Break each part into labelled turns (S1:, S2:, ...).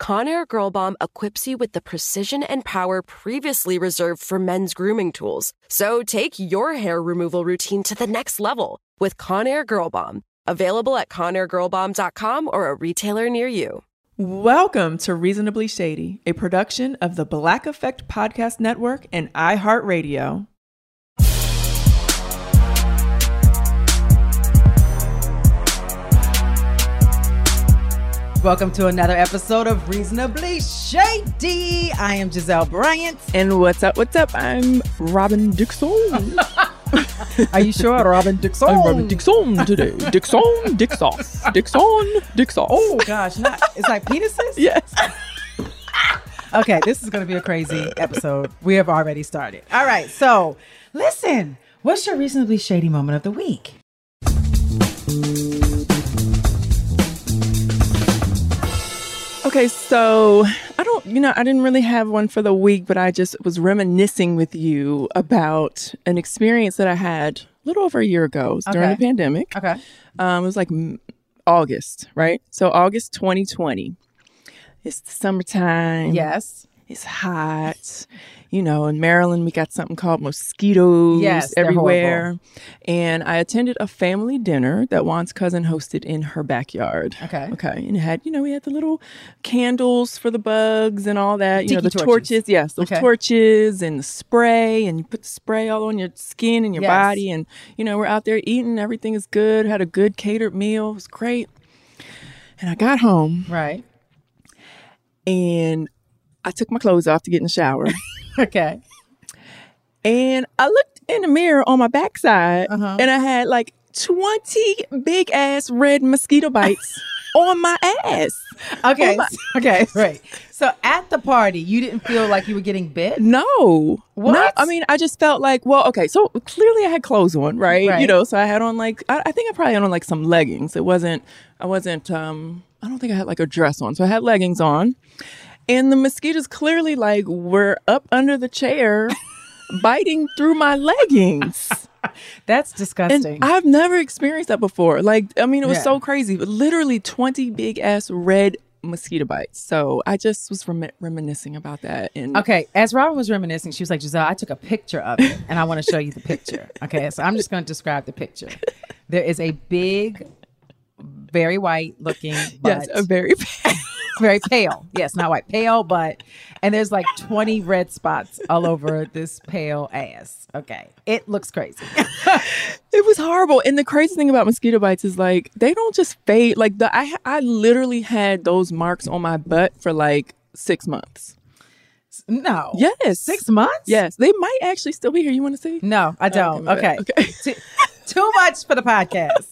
S1: Conair Girl Bomb equips you with the precision and power previously reserved for men's grooming tools. So take your hair removal routine to the next level with Conair Girl Bomb, available at conairgirlbomb.com or a retailer near you.
S2: Welcome to Reasonably Shady, a production of the Black Effect Podcast Network and iHeartRadio.
S3: Welcome to another episode of Reasonably Shady. I am Giselle Bryant.
S2: And what's up? What's up? I'm Robin Dixon.
S3: Are you sure, Robin Dixon?
S2: I'm Robin Dixon today. Dixon, Dixoff, Dixon, Dixoff.
S3: Oh gosh, not it's like penises.
S2: yes.
S3: Okay, this is going to be a crazy episode. We have already started. All right, so listen. What's your reasonably shady moment of the week?
S2: Okay, so I don't, you know, I didn't really have one for the week, but I just was reminiscing with you about an experience that I had a little over a year ago It was during the
S3: Okay.
S2: pandemic.
S3: Okay.
S2: Um, it was like m- August, right? So August 2020. It's the summertime.
S3: Yes.
S2: It's hot. You know, in Maryland, we got something called mosquitoes
S3: Yes, they're
S2: everywhere. And I attended a family dinner that Juan's cousin hosted in her backyard.
S3: Okay.
S2: Okay. And it had, you know, we had the little candles for the bugs and all that. You know, the
S3: Tiki torches.
S2: torches. Yes, those
S3: Okay.
S2: torches and the spray. And you put the spray all on your skin and your
S3: Yes.
S2: body. And, you know, we're out there eating. Everything is good. Had a good catered meal. It was great. And I got home
S3: Right.
S2: and I took my clothes off to get in the shower.
S3: Okay.
S2: and I looked in the mirror on my backside
S3: Uh-huh.
S2: and I had like 20 big ass red mosquito bites on my ass.
S3: Okay.
S2: Oh my-
S3: okay. Right. So at the party, you didn't feel like you were getting bit.
S2: No. No.
S3: What?
S2: I mean, I just felt like, well, okay, so clearly I had clothes on, right?
S3: Right.
S2: You know, so I had on like I, I think I probably had on like some leggings. It wasn't I wasn't um I don't think I had like a dress on. So I had leggings on. And the mosquitoes clearly like were up under the chair biting through my leggings.
S3: That's
S2: And
S3: disgusting.
S2: I've never experienced that before. Like, I mean, it was
S3: Yeah.
S2: so crazy, but literally 20 big ass red mosquito bites. So I just was remi- reminiscing about that. And
S3: Okay, as Robin was reminiscing, she was like, Giselle, I took a picture of it and I want to show you the picture. Okay, so I'm just going to describe the picture. There is a big, very white looking,
S2: yes,
S3: but
S2: a very
S3: very pale. Yes, not white, pale, but, and there's like 20 red spots all over this pale ass. Okay, it looks crazy.
S2: it was horrible. And the crazy thing about mosquito bites is like they don't just fade. Like the I I literally had those marks on my butt for like six months.
S3: No.
S2: Yes.
S3: Six months?
S2: Yes, they might actually still be here. You want to see?
S3: No, I don't.
S2: my
S3: okay.
S2: bad. Okay.
S3: Too, too much for the podcast.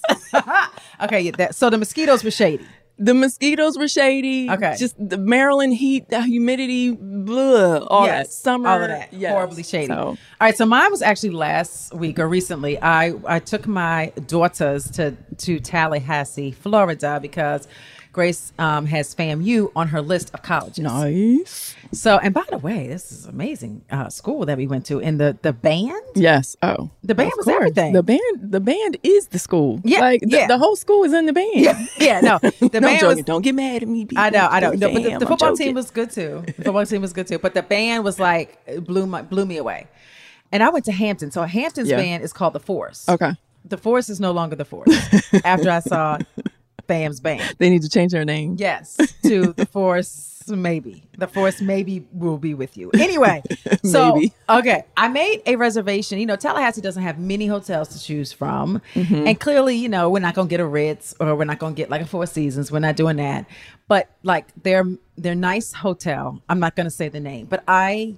S3: okay, yeah, that, so the mosquitoes were shady.
S2: The mosquitoes were shady.
S3: Okay.
S2: Just the Maryland heat, the humidity, blah, all that summer,
S3: all of that,
S2: Yes.
S3: horribly shady.
S2: So-
S3: All right, so mine was actually last week or recently. I I took my daughters to to Tallahassee, Florida, because Grace um, has FAMU on her list of colleges.
S2: Nice.
S3: So, and by the way, this is amazing uh, school that we went to. And the the band,
S2: Yes. Oh,
S3: The band
S2: Of
S3: was everything.
S2: The band, the band is the school.
S3: Yeah,
S2: like the,
S3: yeah.
S2: the whole school is in the band. Yeah,
S3: yeah, no, the
S2: no, I'm
S3: band
S2: joking.
S3: was.
S2: Don't get mad at me. People.
S3: I know, I know. No, but the,
S2: Fam,
S3: the
S2: I'm
S3: football
S2: joking.
S3: team was good too. The football team was good too. But the band was like it blew my blew me away. And I went to Hampton. So Hampton's
S2: Yeah.
S3: band is called the Force.
S2: okay.
S3: The Force is no longer the Force. after I saw Fam's band,
S2: They need to change their name.
S3: yes, to the Force. Maybe the force maybe will be with you. Anyway, so
S2: Maybe.
S3: okay, I made a reservation. You know, Tallahassee doesn't have many hotels to choose from, and clearly, you know, we're not gonna get a Ritz or we're not gonna get like a Four Seasons. We're not doing that. But like their their nice hotel, I'm not gonna say the name, but I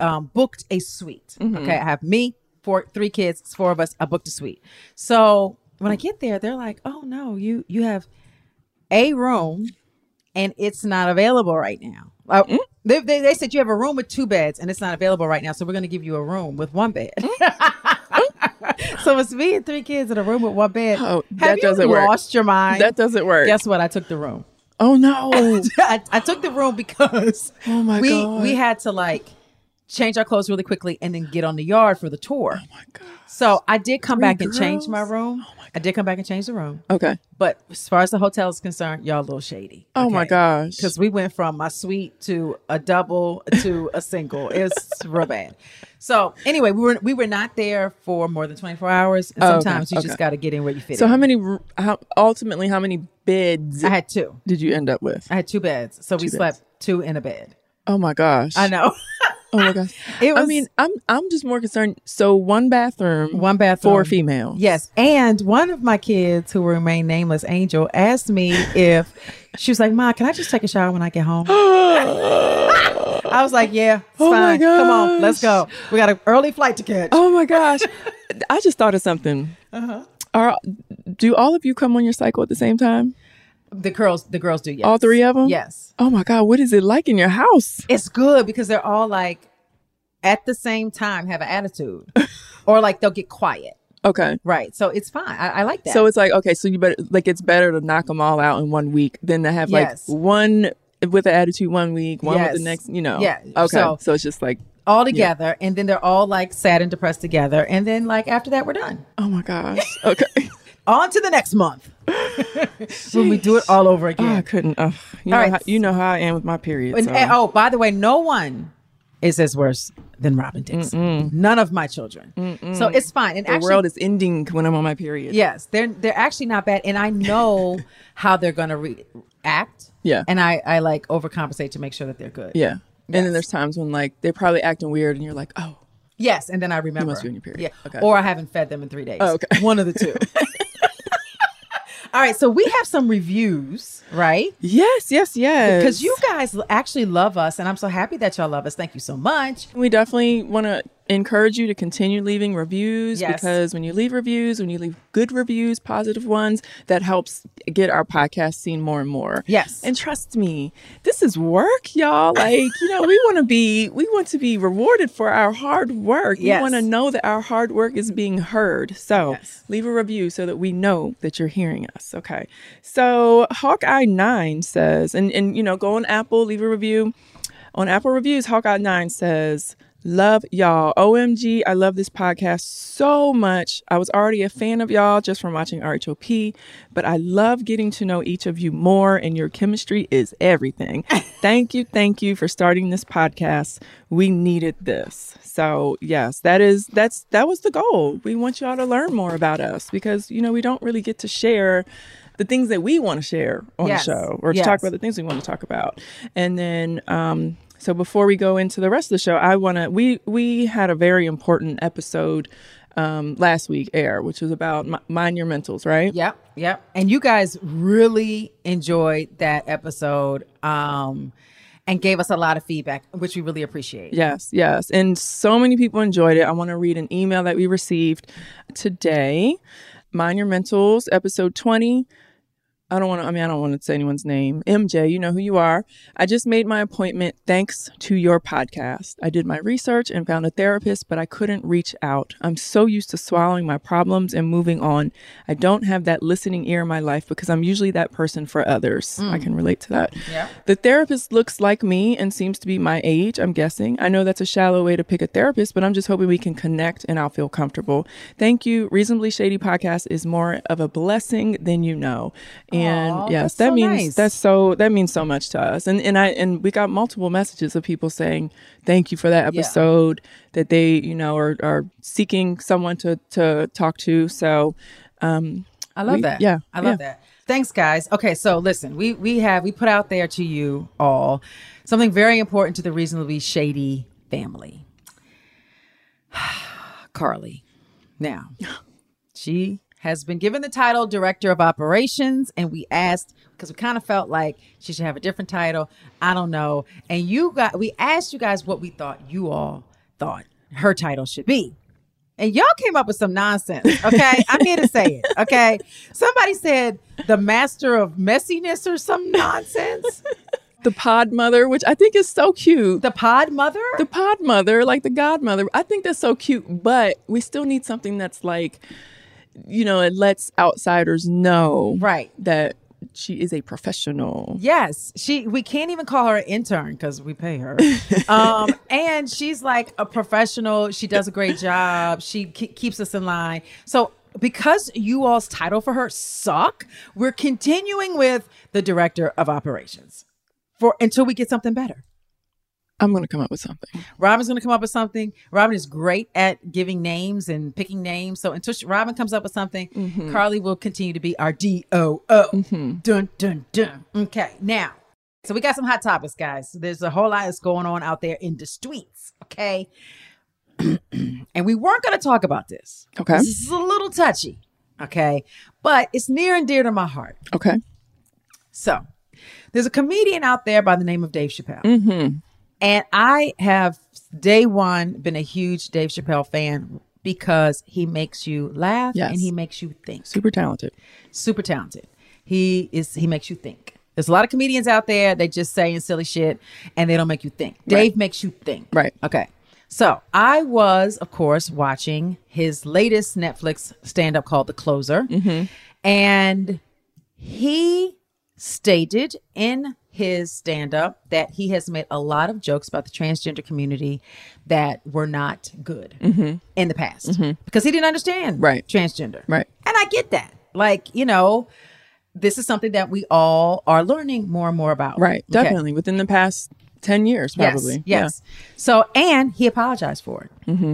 S3: um, booked a suite.
S2: Mm-hmm.
S3: Okay, I have me, four, three kids, it's four of us. I booked a suite. So when I get there, they're like, "Oh no, you you have a room, and it's not available right now." Uh,
S2: Mm.
S3: they, they, they said you have a room with two beds and it's not available right now, so we're going to give you a room with one bed. so it's me and three kids in a room with one bed.
S2: Mm. Oh, that
S3: have you
S2: doesn't work.
S3: lost your mind?
S2: That doesn't work.
S3: Guess what? I took the room.
S2: Oh no.
S3: I, I took the room because
S2: Oh my
S3: we
S2: God.
S3: we had to like change our clothes really quickly and then get on the yard for the tour. Oh my god! So I did come back and change my
S2: girls? Oh
S3: room. I did come back and change the room.
S2: okay.
S3: But as far as the hotel is concerned, y'all a little shady.
S2: Oh my gosh.
S3: Because we went from my suite to a double to a single. It's real bad. So anyway, we were we were not there for more than twenty four hours. And
S2: Oh, okay,
S3: sometimes you just
S2: okay.
S3: got to get in where you fit.
S2: So
S3: in.
S2: how many? r- How ultimately how many beds
S3: I had two.
S2: did you end up with?
S3: I had two beds. So we slept two in a bed.
S2: Oh my gosh.
S3: I know.
S2: Oh my gosh.
S3: It
S2: I
S3: was-
S2: mean, I'm I'm just more concerned. So one bathroom,
S3: One bathroom.
S2: four females.
S3: Yes. And one of my kids who remained nameless, Angel, asked me if she was like, Ma, can I just take a shower when I get home? I was like, Yeah, it's
S2: Oh my
S3: fine. Come on,
S2: gosh.
S3: let's go. We got an early flight to catch.
S2: Oh my gosh. I just thought of something.
S3: Uh-huh.
S2: Are do all of you come on your cycle at the same time?
S3: The girls, the girls do, yes.
S2: All three of them?
S3: Yes.
S2: Oh my god, what is it like in your house?
S3: It's good because they're all like at the same time have an attitude. or like they'll get quiet.
S2: Okay.
S3: Right. So it's fine. I, I like that.
S2: So it's like okay, so you better like it's better to knock them all out in one week than to have
S3: Yes.
S2: like one with the attitude one week, one with
S3: Yes.
S2: the next, you know.
S3: Yeah,
S2: Okay.
S3: so-
S2: So, it's just like
S3: all together. And then they're all like sad and depressed together. And then like after that, we're done.
S2: oh my gosh. Okay.
S3: on to the next month when we do it all over
S2: I
S3: again.
S2: couldn't. ugh. you know
S3: All right.
S2: how, you know how I am with my periods.
S3: and,
S2: so.
S3: and- oh, by the way, no one is as worse than Robin Dixon. None of my children. So it's fine. And
S2: the
S3: actually,
S2: world is ending when I'm on my period.
S3: yes, they're they're actually not bad. And I know how they're gonna react.
S2: Yeah.
S3: And I I like overcompensate to make sure that they're good.
S2: Yeah. And then there's times when like they're probably acting weird, and you're like, oh,
S3: Yes, and then I remember.
S2: be on your period.
S3: Yeah.
S2: Okay.
S3: Or I haven't fed them in three days.
S2: Oh, okay.
S3: One of the two. All right, so we have some reviews, right?
S2: yes, yes, yes.
S3: because you guys l- actually love us and i'm so happy that y'all love us thank you so much
S2: We definitely want to encourage you to continue leaving reviews
S3: Yes.
S2: because when you leave reviews, when you leave good reviews, positive ones, that helps get our podcast seen more and more.
S3: Yes.
S2: And trust me, this is work, y'all. Like, you know, we want to be we want to be rewarded for our hard work.
S3: Yes.
S2: We want to know that our hard work is being heard. So,
S3: Yes.
S2: leave a review so that we know that you're hearing us. Okay. So, Hawkeye 9 says and and you know, go on Apple, leave a review. On Apple Reviews, Hawkeye9 says, Love y'all. OMG, I love this podcast so much. I was already a fan of y'all just from watching RHOP, but I love getting to know each of you more, and your chemistry is everything. thank you, thank you for starting this podcast. We needed this. So yes, that is that's that was the goal. We want y'all to learn more about us because you know we don't really get to share the things that we want to share on
S3: Yes.
S2: the show or to
S3: Yes.
S2: talk about the things we want to talk about. And then um so before we go into the rest of the show, I want to we we had a very important episode um last week air which was about mi- monumentals, right?
S3: yep yep and you guys really enjoyed that episode um and gave us a lot of feedback which we really appreciate
S2: Yes, yes. And so many people enjoyed it. I want to read an email that we received today. Monumentals, episode 20. I don't want to, I mean, I don't want to say anyone's name. MJ, you know who you are. I just made my appointment thanks to your podcast. I did my research and found a therapist, but I couldn't reach out. I'm so used to swallowing my problems and moving on. I don't have that listening ear in my life because I'm usually that person for others. I can relate to that. Yeah. The therapist looks like me and seems to be my age, I'm guessing. I know that's a shallow way to pick a therapist, but I'm just hoping we can connect and I'll feel comfortable. Thank you. Reasonably Shady Podcast is more of a blessing than you know. And
S3: Aw,
S2: yes,
S3: Oh, that's
S2: that
S3: so
S2: means
S3: nice.
S2: that's so that means so much to us. And and I and we got multiple messages of people saying thank you for that episode that they, you know, are are seeking someone to to talk to. So um
S3: I love
S2: We-
S3: that.
S2: yeah,
S3: I love
S2: yeah.
S3: that. Thanks, guys. Okay, so listen, we we have we put out there to you all something very important to the reasonably shady family. Carly. Now, she has been given the title director of operations, and we asked because we kind of felt like she should have a different title. I don't know. And you got we asked you guys what we thought you all thought her title should be. And y'all came up with some nonsense. Okay. I'm here to say it. Okay. Somebody said the master of messiness or some nonsense.
S2: the pod mother, which I think is so cute.
S3: The pod mother?
S2: the pod mother, like the godmother. I think that's so cute, but we still need something that's like, you know, it lets outsiders know
S3: right.
S2: that she is a professional.
S3: Yes, she. We can't even call her an intern because we pay her. um, and she's like a professional. She does a great job. She ke- keeps us in line. So because you all's title for her suck, we're continuing with the director of operations for until we get something better.
S2: I'm going to come up with something.
S3: Robin's going to come up with something. Robin is great at giving names and picking names. So until she, Robin comes up with something, Carly will continue to be our DOO. Dun, dun, dun. Okay. Now, so we got some hot topics, guys. There's a whole lot that's going on out there in the streets. Okay. and we weren't going to talk about this.
S2: Okay.
S3: This is a little touchy. Okay. But it's near and dear to my heart.
S2: Okay.
S3: So there's a comedian out there by the name of Dave Chappelle. And I have day one been a huge Dave Chappelle fan because he makes you laugh
S2: Yes.
S3: and he makes you think.
S2: Super talented.
S3: Super talented. He is he makes you think. There's a lot of comedians out there they just saying silly shit and they don't make you think. Dave makes you think.
S2: Right.
S3: Okay. So I was, of course, watching his latest Netflix stand up called The Closer.
S2: Mm-hmm.
S3: And he stated in his stand up that he has made a lot of jokes about the transgender community that were not good in the past because he didn't understand
S2: Mm-hmm. Right.
S3: transgender.
S2: Right.
S3: And I get that. Like, you know, this is something that we all are learning more and more about.
S2: Right.
S3: Okay.
S2: Definitely within the past 10 years, probably.
S3: Yes.
S2: Yeah.
S3: yes. So, and he apologized for it. Mm-hmm.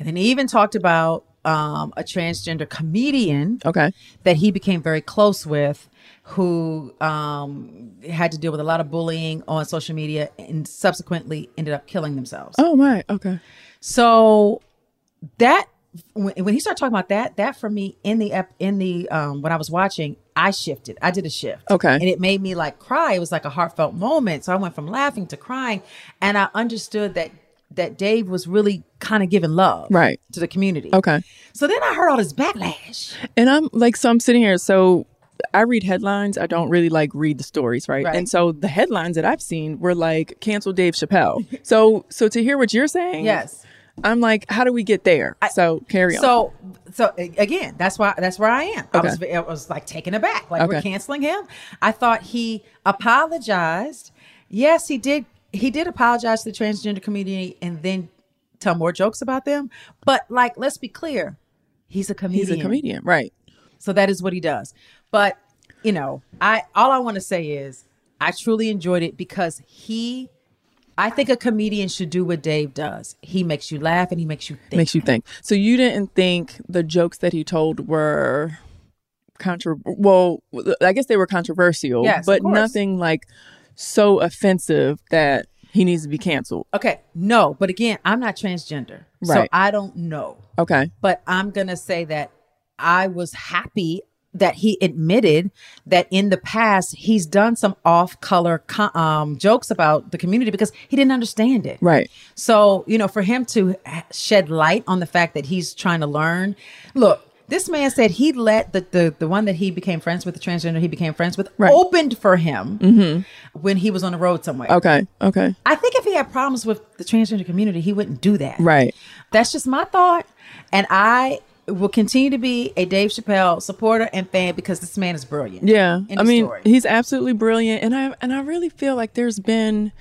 S3: And then he even talked about um, a transgender comedian
S2: Okay.
S3: that he became very close with who um, had to deal with a lot of bullying on social media and subsequently ended up killing themselves.
S2: Oh, my. Okay.
S3: So that when, when he started talking about that, that for me in the ep, in the um when I was watching, I shifted. I did a shift.
S2: Okay.
S3: And it made me like cry. It was like a heartfelt moment. So I went from laughing to crying and I understood that that Dave was really kind of giving love
S2: Right.
S3: to the community.
S2: Okay.
S3: So then I heard all this backlash.
S2: And I'm like, so I'm sitting here. So I read headlines. I don't really like read the stories, right?
S3: Right.
S2: And so the headlines that I've seen were like, cancel Dave Chappelle. so, so to hear what you're saying,
S3: Yes.
S2: I'm like, how do we get there? so carry on.
S3: So, so a- again, that's why that's where I am. I
S2: Okay.
S3: was I was like taken aback, like we're
S2: Okay.
S3: canceling him. I thought he apologized. Yes, he did. He did apologize to the transgender community and then tell more jokes about them. But like, let's be clear, he's a comedian.
S2: he's a comedian, right?
S3: So that is what he does. But you know, I all I want to say is I truly enjoyed it because he. I think a comedian should do what Dave does. He makes you laugh and he makes you think.
S2: Makes you think. So you didn't think the jokes that he told were contra? Well, I guess they were controversial,
S3: Yes, of
S2: but
S3: course.
S2: nothing like so offensive that he needs to be canceled.
S3: Okay, no, but again, I'm not transgender, so
S2: Right.
S3: I don't know.
S2: Okay,
S3: But I'm gonna say that I was happy that he admitted that in the past he's done some off-color co- um, jokes about the community because he didn't understand it.
S2: right.
S3: So you know, for him to h- shed light on the fact that he's trying to learn, look. This man said he let the, the the one that he became friends with, the transgender he became friends with,
S2: Right. Mm-hmm.
S3: opened for him when he was on the road somewhere.
S2: Okay. Okay.
S3: I think if he had problems with the transgender community, he wouldn't do that.
S2: Right.
S3: That's just my thought. And I will continue to be a Dave Chappelle supporter and fan because this man is brilliant.
S2: Yeah,
S3: End
S2: I
S3: of
S2: mean,
S3: story.
S2: he's absolutely brilliant, and I and I really feel like there's been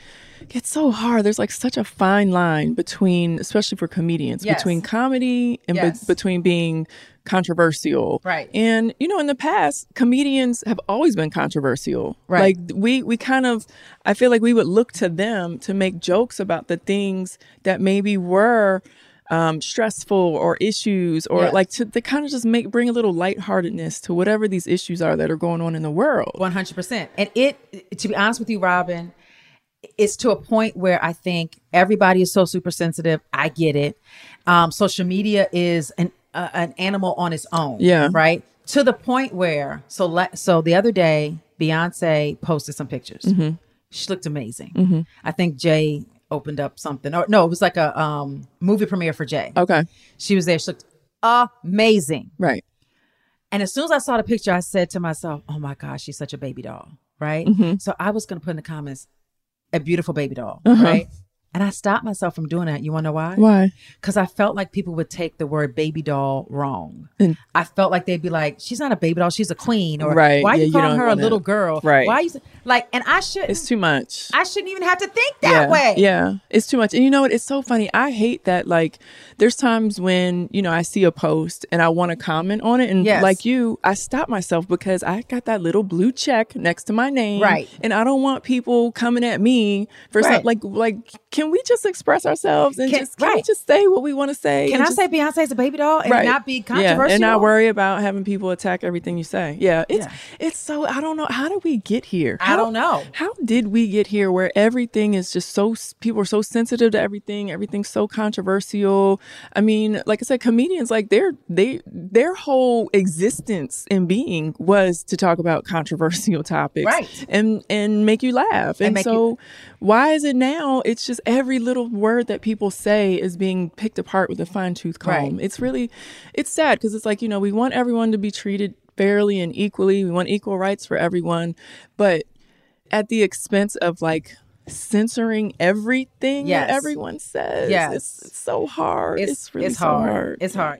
S2: it's so hard. There's like such a fine line between, especially for comedians,
S3: Yes.
S2: between comedy and be-
S3: Yes.
S2: between being controversial.
S3: Right.
S2: And you know, in the past, comedians have always been controversial. Like
S3: Right.
S2: we we kind of I feel like we would look to them to make jokes about the things that maybe were um, stressful or issues or
S3: Yes.
S2: like to, to kind of just make bring a little lightheartedness to whatever these issues are that are going on in the world.
S3: One hundred percent. And it, to be honest with you, Robin, it's to a point where I think everybody is so super sensitive. I get it. Um, social media is an uh, an animal on its own.
S2: Yeah.
S3: Right. To the point where so let so the other day Beyonce posted some pictures. She looked amazing. I think Jay opened up something or no, it was like a um movie premiere for Jay.
S2: Okay.
S3: She was there. She looked amazing.
S2: Right.
S3: And as soon as I saw the picture, I said to myself, "Oh my gosh, she's such a baby doll, right?"
S2: Mm-hmm.
S3: So I was going to put in the comments, "A beautiful baby doll," right? And I stopped myself from doing that. You want to know why?
S2: Uh-huh. Why?
S3: Because I felt like people would take the word baby doll wrong.
S2: And-
S3: I felt like they'd be like, "She's not a baby doll; she's a queen," or
S2: Right.
S3: "Why are
S2: Yeah,
S3: you
S2: you
S3: calling
S2: don't
S3: her a
S2: wanna-
S3: little girl?"
S2: Right.
S3: Why you s- like? And I shouldn't.
S2: It's too much.
S3: I shouldn't even have to think that
S2: yeah.
S3: way.
S2: Yeah, it's too much. And you know what? It's so funny. I hate that. Like, there's times when you know I see a post and I want to comment on it, and
S3: Yes.
S2: like you, I stop myself because I got that little blue check next to my name,
S3: Right.
S2: And I don't want people coming at me for
S3: Right.
S2: something. Like, like, can we just express ourselves and
S3: Can-
S2: just can we
S3: right.
S2: just say what we want to say?
S3: Can
S2: and
S3: I
S2: just-
S3: say Beyonce's a baby doll and not be controversial?
S2: Yeah, and not worry about having people attack everything you say. Yeah, it's it's so I don't know how did we get here?
S3: I
S2: How-
S3: don't know.
S2: How did we get here where everything is just so s- people are so sensitive to everything, everything's so controversial. I mean, like I said comedians like their they their whole existence and being was to talk about controversial topics
S3: Right.
S2: and and make you laugh. And,
S3: make you-
S2: so why is it now it's just every little word that people say is being picked apart with a fine tooth comb.
S3: Right.
S2: It's really, it's sad because it's like, you know, we want everyone to be treated fairly and equally. We want equal rights for everyone, but at the expense of like censoring everything
S3: Yes.
S2: that everyone says.
S3: Yes.
S2: It's, it's so hard. It's,
S3: It's,
S2: really
S3: it's
S2: so
S3: hard.
S2: hard.
S3: It's hard.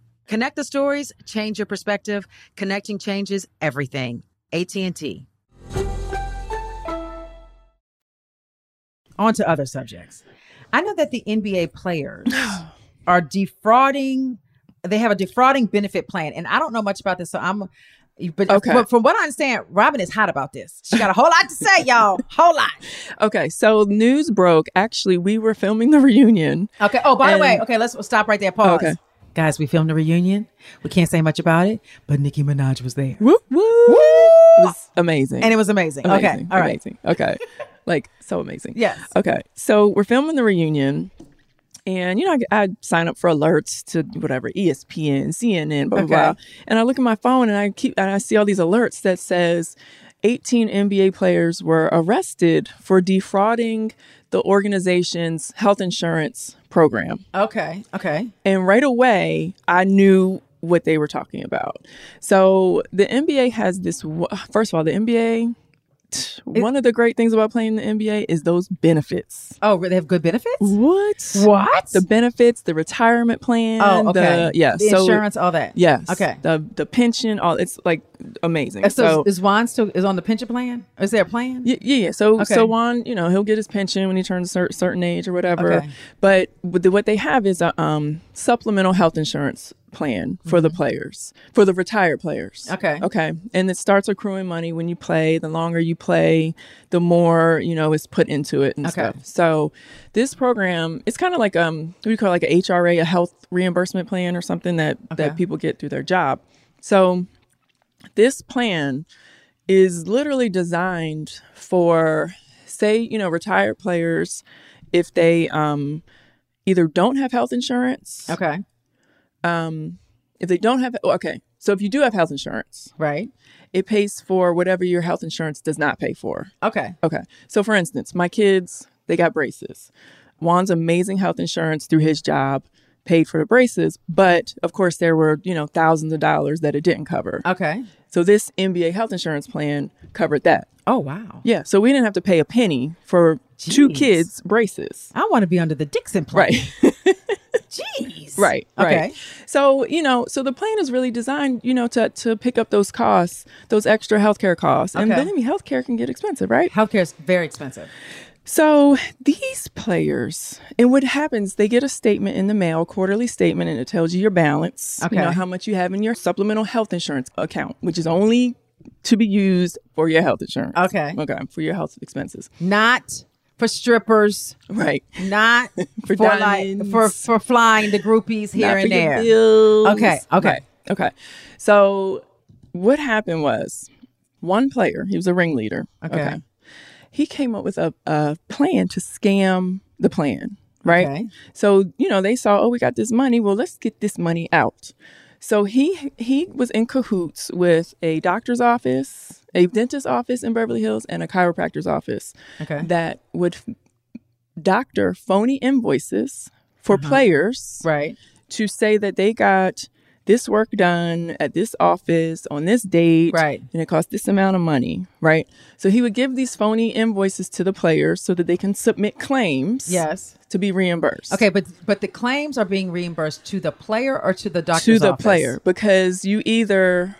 S4: Connect the stories, change your perspective. Connecting changes everything. AT&T.
S3: On to other subjects. I know that the NBA players are defrauding they have a defrauding benefit plan, and I don't know much about this, so I'm. But,
S2: Okay.
S3: but from what I understand, Robin is hot about this. She got a whole lot to say, y'all. Whole lot.
S2: Okay, so news broke. Actually, we were filming the reunion.
S3: Okay. Oh, by the way,
S2: And-
S3: okay, let's stop right there. Pause.
S2: Okay.
S3: Guys, we filmed a reunion. We can't say much about it, but Nicki Minaj was there.
S2: Woo woo! It was amazing.
S3: And it was amazing. Okay.
S2: Amazing,
S3: All right.
S2: amazing. Okay. like so amazing.
S3: Yes.
S2: Okay. So we're filming the reunion. And you know, I, I sign up for alerts to whatever E ESPN, CNN, blah blah blah. And I look at my phone and I keep and I see all these alerts that says 18 NBA players were arrested for defrauding the organization's health insurance program.
S3: Okay. Okay.
S2: And right away, I knew what they were talking about. So the NBA has this wo- first of all, the NBA one of the great things about playing the NBA is those benefits.
S3: Oh, they have good benefits?
S2: What?
S3: What?
S2: The benefits, the retirement plan,
S3: oh, okay.
S2: the yeah,
S3: The
S2: so
S3: insurance, all that.
S2: Yes.
S3: Okay.
S2: The the pension, all it's like amazing.
S3: Uh,
S2: so
S3: So, is Juan still is on the pension plan? Is there a plan?
S2: Y- Yeah, yeah. So,
S3: Okay.
S2: so Juan, you know, he'll get his pension when he turns a cer- certain age or whatever.
S3: Okay.
S2: But with the, what they have is a um, supplemental health insurance plan for
S3: Mm-hmm.
S2: the players, for the retired players.
S3: Okay.
S2: Okay. And it starts accruing money when you play. The longer you play, the more, you know, is put into it and
S3: Okay.
S2: stuff. So this program, it's kind of like, um, what do you call it, like a HRA, a health reimbursement plan or something that, that people get through their job. So this plan is literally designed for say you know retired players if they um either don't have health insurance
S3: Okay.
S2: if they don't have oh, okay so if you do have health insurance
S3: Right.
S2: it pays for whatever your health insurance does not pay for
S3: Okay.
S2: okay so for instance my kids they got braces juan's amazing health insurance through his job paid for the braces but of course there were you know thousands of dollars that it didn't cover
S3: Okay.
S2: so this nba health insurance plan covered that
S3: Oh wow.
S2: Yeah, so we didn't have to pay a penny for two
S3: Jeez.
S2: kids' braces.
S3: I want to be under the Dixon plan.
S2: Right,
S3: Jeez.
S2: right,
S3: Okay.
S2: right. So you know, so the plan is really designed, you know, to to pick up those costs, those extra healthcare costs, and
S3: Okay.
S2: believe me, healthcare can get expensive, right?
S3: Healthcare is very expensive.
S2: So these players, and what happens, they get a statement in the mail, quarterly statement, and it tells you your balance, you know,
S3: Okay.
S2: how much you have in your supplemental health insurance account, which is only to be used for your health insurance.
S3: Okay.
S2: Okay, for your health expenses.
S3: Not for strippers.
S2: Right.
S3: Not for,
S2: For
S3: like for
S2: diamonds.
S3: for flying the groupies here
S2: Not
S3: and
S2: for your
S3: there.
S2: bills.
S3: Okay, okay.
S2: Right, okay. So what happened was one player, he was a ringleader.
S3: Okay.
S2: He came up with a, a plan to scam the plan, right?
S3: Okay.
S2: So, you know, they saw, oh, we got this money. Well, let's get this money out. So he he was in cahoots with a doctor's office, a dentist's office in Beverly Hills, and a chiropractor's office
S3: Okay.
S2: that would f- doctor phony invoices for
S3: Uh-huh.
S2: players
S3: Right.
S2: to say that they got this work done at this office on this date
S3: Right.
S2: and it cost this amount of money right so he would give these phony invoices to the players so that they can submit claims
S3: Yes.
S2: to be reimbursed
S3: Okay, but but the claims are being reimbursed to the player or to the
S2: to
S3: doctor's
S2: the
S3: office?
S2: player because you either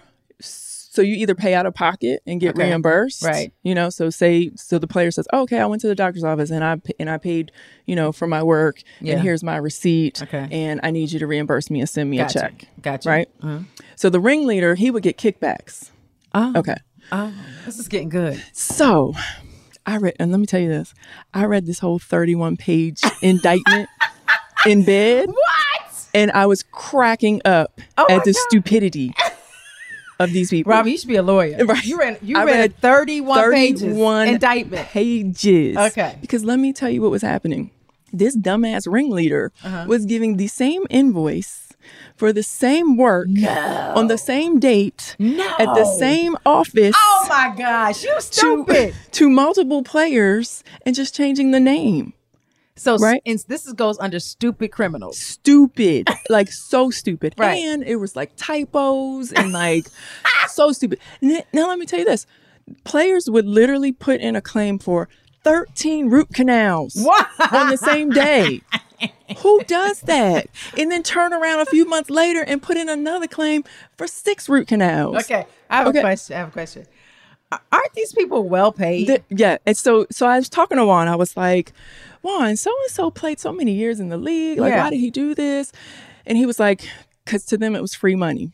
S2: so you either pay out of pocket and get
S3: Okay.
S2: reimbursed
S3: Right.
S2: you know so say so the player says oh, okay i went to the doctor's office and i pa- and i paid you know for my work
S3: Yeah.
S2: and here's my receipt
S3: Okay.
S2: and i need you to reimburse me and send me
S3: Gotcha.
S2: a check
S3: Gotcha. Uh,
S2: right so the ringleader he would get kickbacks
S3: Oh.
S2: okay
S3: Oh, this is getting good.
S2: so i read and let me tell you this i read this whole 31 page indictment in bed
S3: What? Oh
S2: and I was cracking up at the stupidity of these people.
S3: Robin, you should be a lawyer.
S2: Right.
S3: You read you
S2: I
S3: read,
S2: read
S3: 31, pages
S2: 31
S3: indictment.
S2: pages.
S3: Okay.
S2: Because let me tell you what was happening. This dumbass ringleader
S3: Uh-huh.
S2: was giving the same invoice for the same work on the same date at the same office
S3: Oh my gosh, you
S2: to,
S3: stupid.
S2: to multiple players and just changing the name.
S3: so s-
S2: right?
S3: and this is, goes under stupid criminals.
S2: stupid, like so stupid.
S3: Right.
S2: And it was like typos and like so stupid. N- Now, let me tell you this players would literally put in a claim for 13 root canals on the same day. Who does that? And then turn around a few months later and put in another claim for six root canals.
S3: Okay. I have a
S2: Okay.
S3: question. I have a question. A- Aren't these people well paid?
S2: Th- yeah. And so so I was talking to Juan. I was like, Juan, so and so played so many years in the league. Like,
S3: Yeah.
S2: why did he do this? And he was like, because to them it was free money.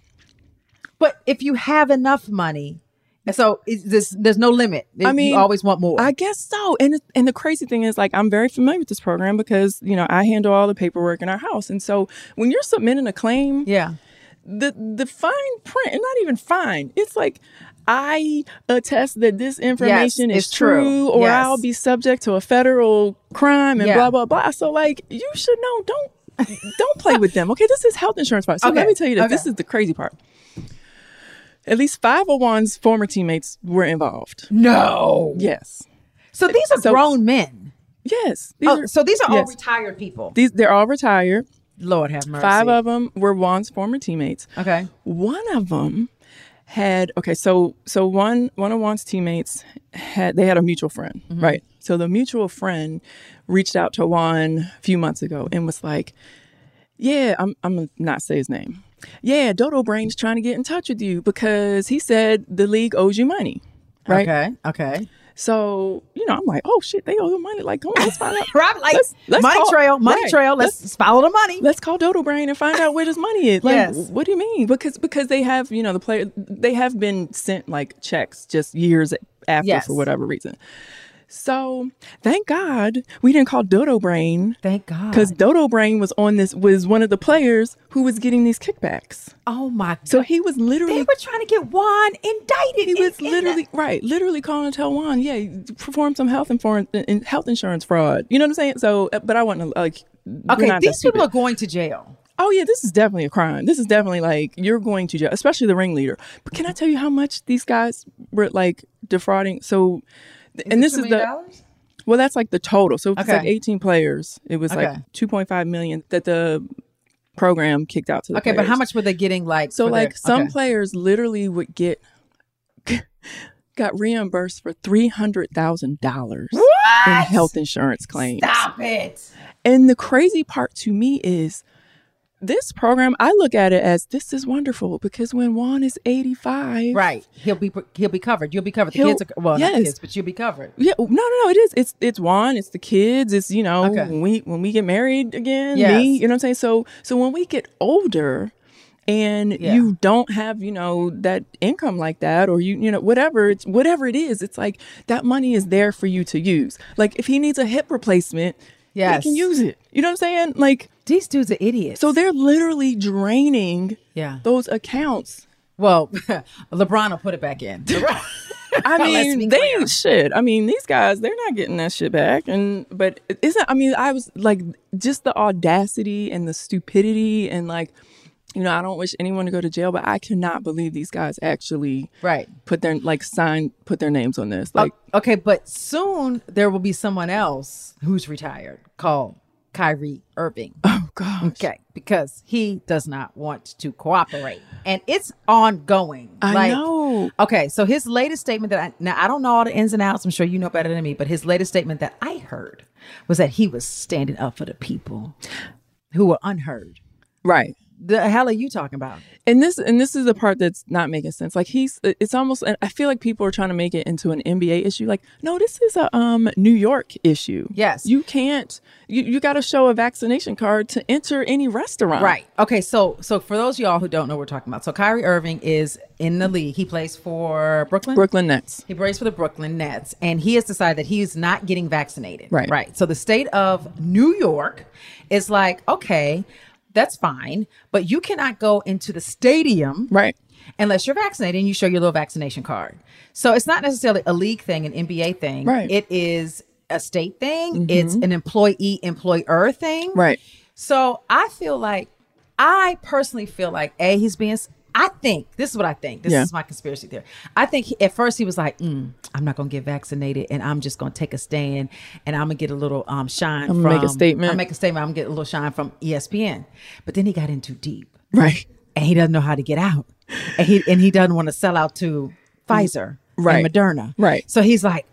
S3: But if you have enough money, and so is this, there's no limit.
S2: I mean,
S3: you always want more.
S2: I guess so. And it- and the crazy thing is, like, I'm very familiar with this program because you know I handle all the paperwork in our house, and so when you're submitting a claim,
S3: yeah.
S2: the the fine print, and not even fine, it's like. I attest that this information
S3: it's
S2: is
S3: true.
S2: true, or
S3: Yes.
S2: I'll be subject to a federal crime and
S3: Yeah.
S2: blah blah blah. So like you should know, don't don't play with them. Okay, this is health insurance part. So
S3: Okay.
S2: let me tell you this.
S3: Okay.
S2: This is the crazy part. At least five of Juan's former teammates were involved.
S3: Mm-hmm. No.
S2: Yes.
S3: So these are
S2: So-
S3: grown men.
S2: Yes. These
S3: Oh,
S2: are-
S3: so these are all
S2: yes.
S3: retired people.
S2: These they're all retired.
S3: Lord have mercy.
S2: Five of them were Juan's former teammates.
S3: Okay.
S2: One of them had okay, so so one one of Juan's teammates had they had a mutual friend, right? So the mutual friend reached out to Juan a few months ago and was like, "Yeah, I'm I'm gonna not say his name. Yeah, Dodo Brain's trying to get in touch with you because he said the league owes you money." Right.
S3: Okay. Okay.
S2: So, you know, I'm like, oh shit, they owe him money. Like, come on, let's find out.
S3: Rob, like
S2: Let's- let's
S3: money
S2: call-
S3: trail, money
S2: right.
S3: trail. Let's, follow the money.
S2: let's call Dodo Brain and find out where this money is. Like,
S3: Yes.
S2: what do you mean? Because because they have you know the player they have been sent like checks just years after
S3: Yes.
S2: for whatever reason. So thank God we didn't call Dodo Brain
S3: Thank God.
S2: because Dodo Brain was on this was one of the players who was getting these kickbacks.
S3: oh my.
S2: So he was
S3: they
S2: literally.
S3: were trying to get Juan indicted.
S2: He
S3: in-
S2: was
S3: in the-
S2: literally right, literally calling to tell Juan, yeah, you perform some health inform- in- health insurance fraud. You know what I'm saying? So, uh, but I wasn't uh, like, we're
S3: okay.
S2: not that
S3: These people
S2: stupid.
S3: are going to jail.
S2: Oh yeah, this is definitely a crime. This is definitely like you're going to jail, especially the ringleader. But can I tell you how much these guys were like defrauding? So, th- and this is the
S3: dollars.
S2: well, that's like the total. So if it's
S3: Okay.
S2: like 18 players. It was
S3: Okay.
S2: like 2.5 million that the program kicked out to the
S3: Okay, but how
S2: players.
S3: much were they getting? Like
S2: So
S3: for
S2: like
S3: their-
S2: some
S3: okay.
S2: players literally would get got reimbursed for three hundred thousand dollars in health insurance claims.
S3: Stop it.
S2: And the crazy part to me is this program, I look at it as this is wonderful because when Juan is 85.
S3: Right. He'll be he'll be covered. You'll be covered. The
S2: He'll-
S3: kids are well, not the
S2: yes.
S3: kids, but you'll be covered.
S2: Yeah, no, no, no. It is. It's it's Juan. It's the kids. It's you know
S3: Okay.
S2: when we when we get married again.
S3: Yes.
S2: Me, you know what I'm saying. So so when we get older, and
S3: Yeah.
S2: you don't have you know that income like that, or you you know whatever it's whatever it is, it's like that money is there for you to use. Like if he needs a hip replacement,
S3: Yes.
S2: he can use it. You know what I'm saying? Like
S3: These dudes are idiots.
S2: So they're literally draining
S3: Yeah.
S2: those accounts.
S3: well, LeBron will put it back in.
S2: I
S3: Let's be
S2: mean, they ain't shit. I mean, these guys, they're not getting that shit back. And but isn't I mean, I was like just the audacity and the stupidity and like you know, I don't wish anyone to go to jail, but I cannot believe these guys actually
S3: Right.
S2: put their like sign put their names on
S3: Oh.
S2: this. Like
S3: okay, but soon there will be someone else who's retired called Kyrie Irving.
S2: oh god.
S3: Okay, because he does not want to cooperate, and it's ongoing.
S2: I know.
S3: Okay, so his latest statement that I now I don't know all the ins and outs. I'm sure you know better than me, but his latest statement that I heard was that he was standing up for the people who were unheard.
S2: Right.
S3: The hell are you talking about?
S2: And this and this is the part that's not making sense. Like he's it's almost I feel like people are trying to make it into an NBA issue. Like, no, this is a um New York issue.
S3: Yes.
S2: You can't you, you gotta show a vaccination card to enter any restaurant.
S3: Right. Okay. So, so for those of y'all who don't know, what we're talking about. So Kyrie Irving is in the league. He plays for Brooklyn.
S2: Brooklyn Nets.
S3: He plays for the Brooklyn Nets, and he has decided that he's not getting vaccinated.
S2: Right.
S3: Right. So the state of New York is like, okay, that's fine, but you cannot go into the stadium
S2: Right.
S3: unless you're vaccinated and you show your little vaccination card. So it's not necessarily a league thing, an NBA thing.
S2: Right. Mm-hmm.
S3: It is a state thing. It's an employee employer thing.
S2: Right.
S3: So I feel like I personally feel like a he's being. s- I think this is what I think. This
S2: Yeah.
S3: is my conspiracy theory. I think he, at first he was like, mm, "I'm not gonna get vaccinated, and I'm just gonna take a stand, and I'm gonna get a little um shine."
S2: I'm
S3: from,
S2: gonna make a statement.
S3: I'm make a statement. I'm gonna get a little shine from E ESPN. But then he got in too deep
S2: Right.
S3: and he doesn't know how to get out, and he and he doesn't want to sell out to Pfizer
S2: Right.
S3: and Moderna,
S2: Right.
S3: So he's like,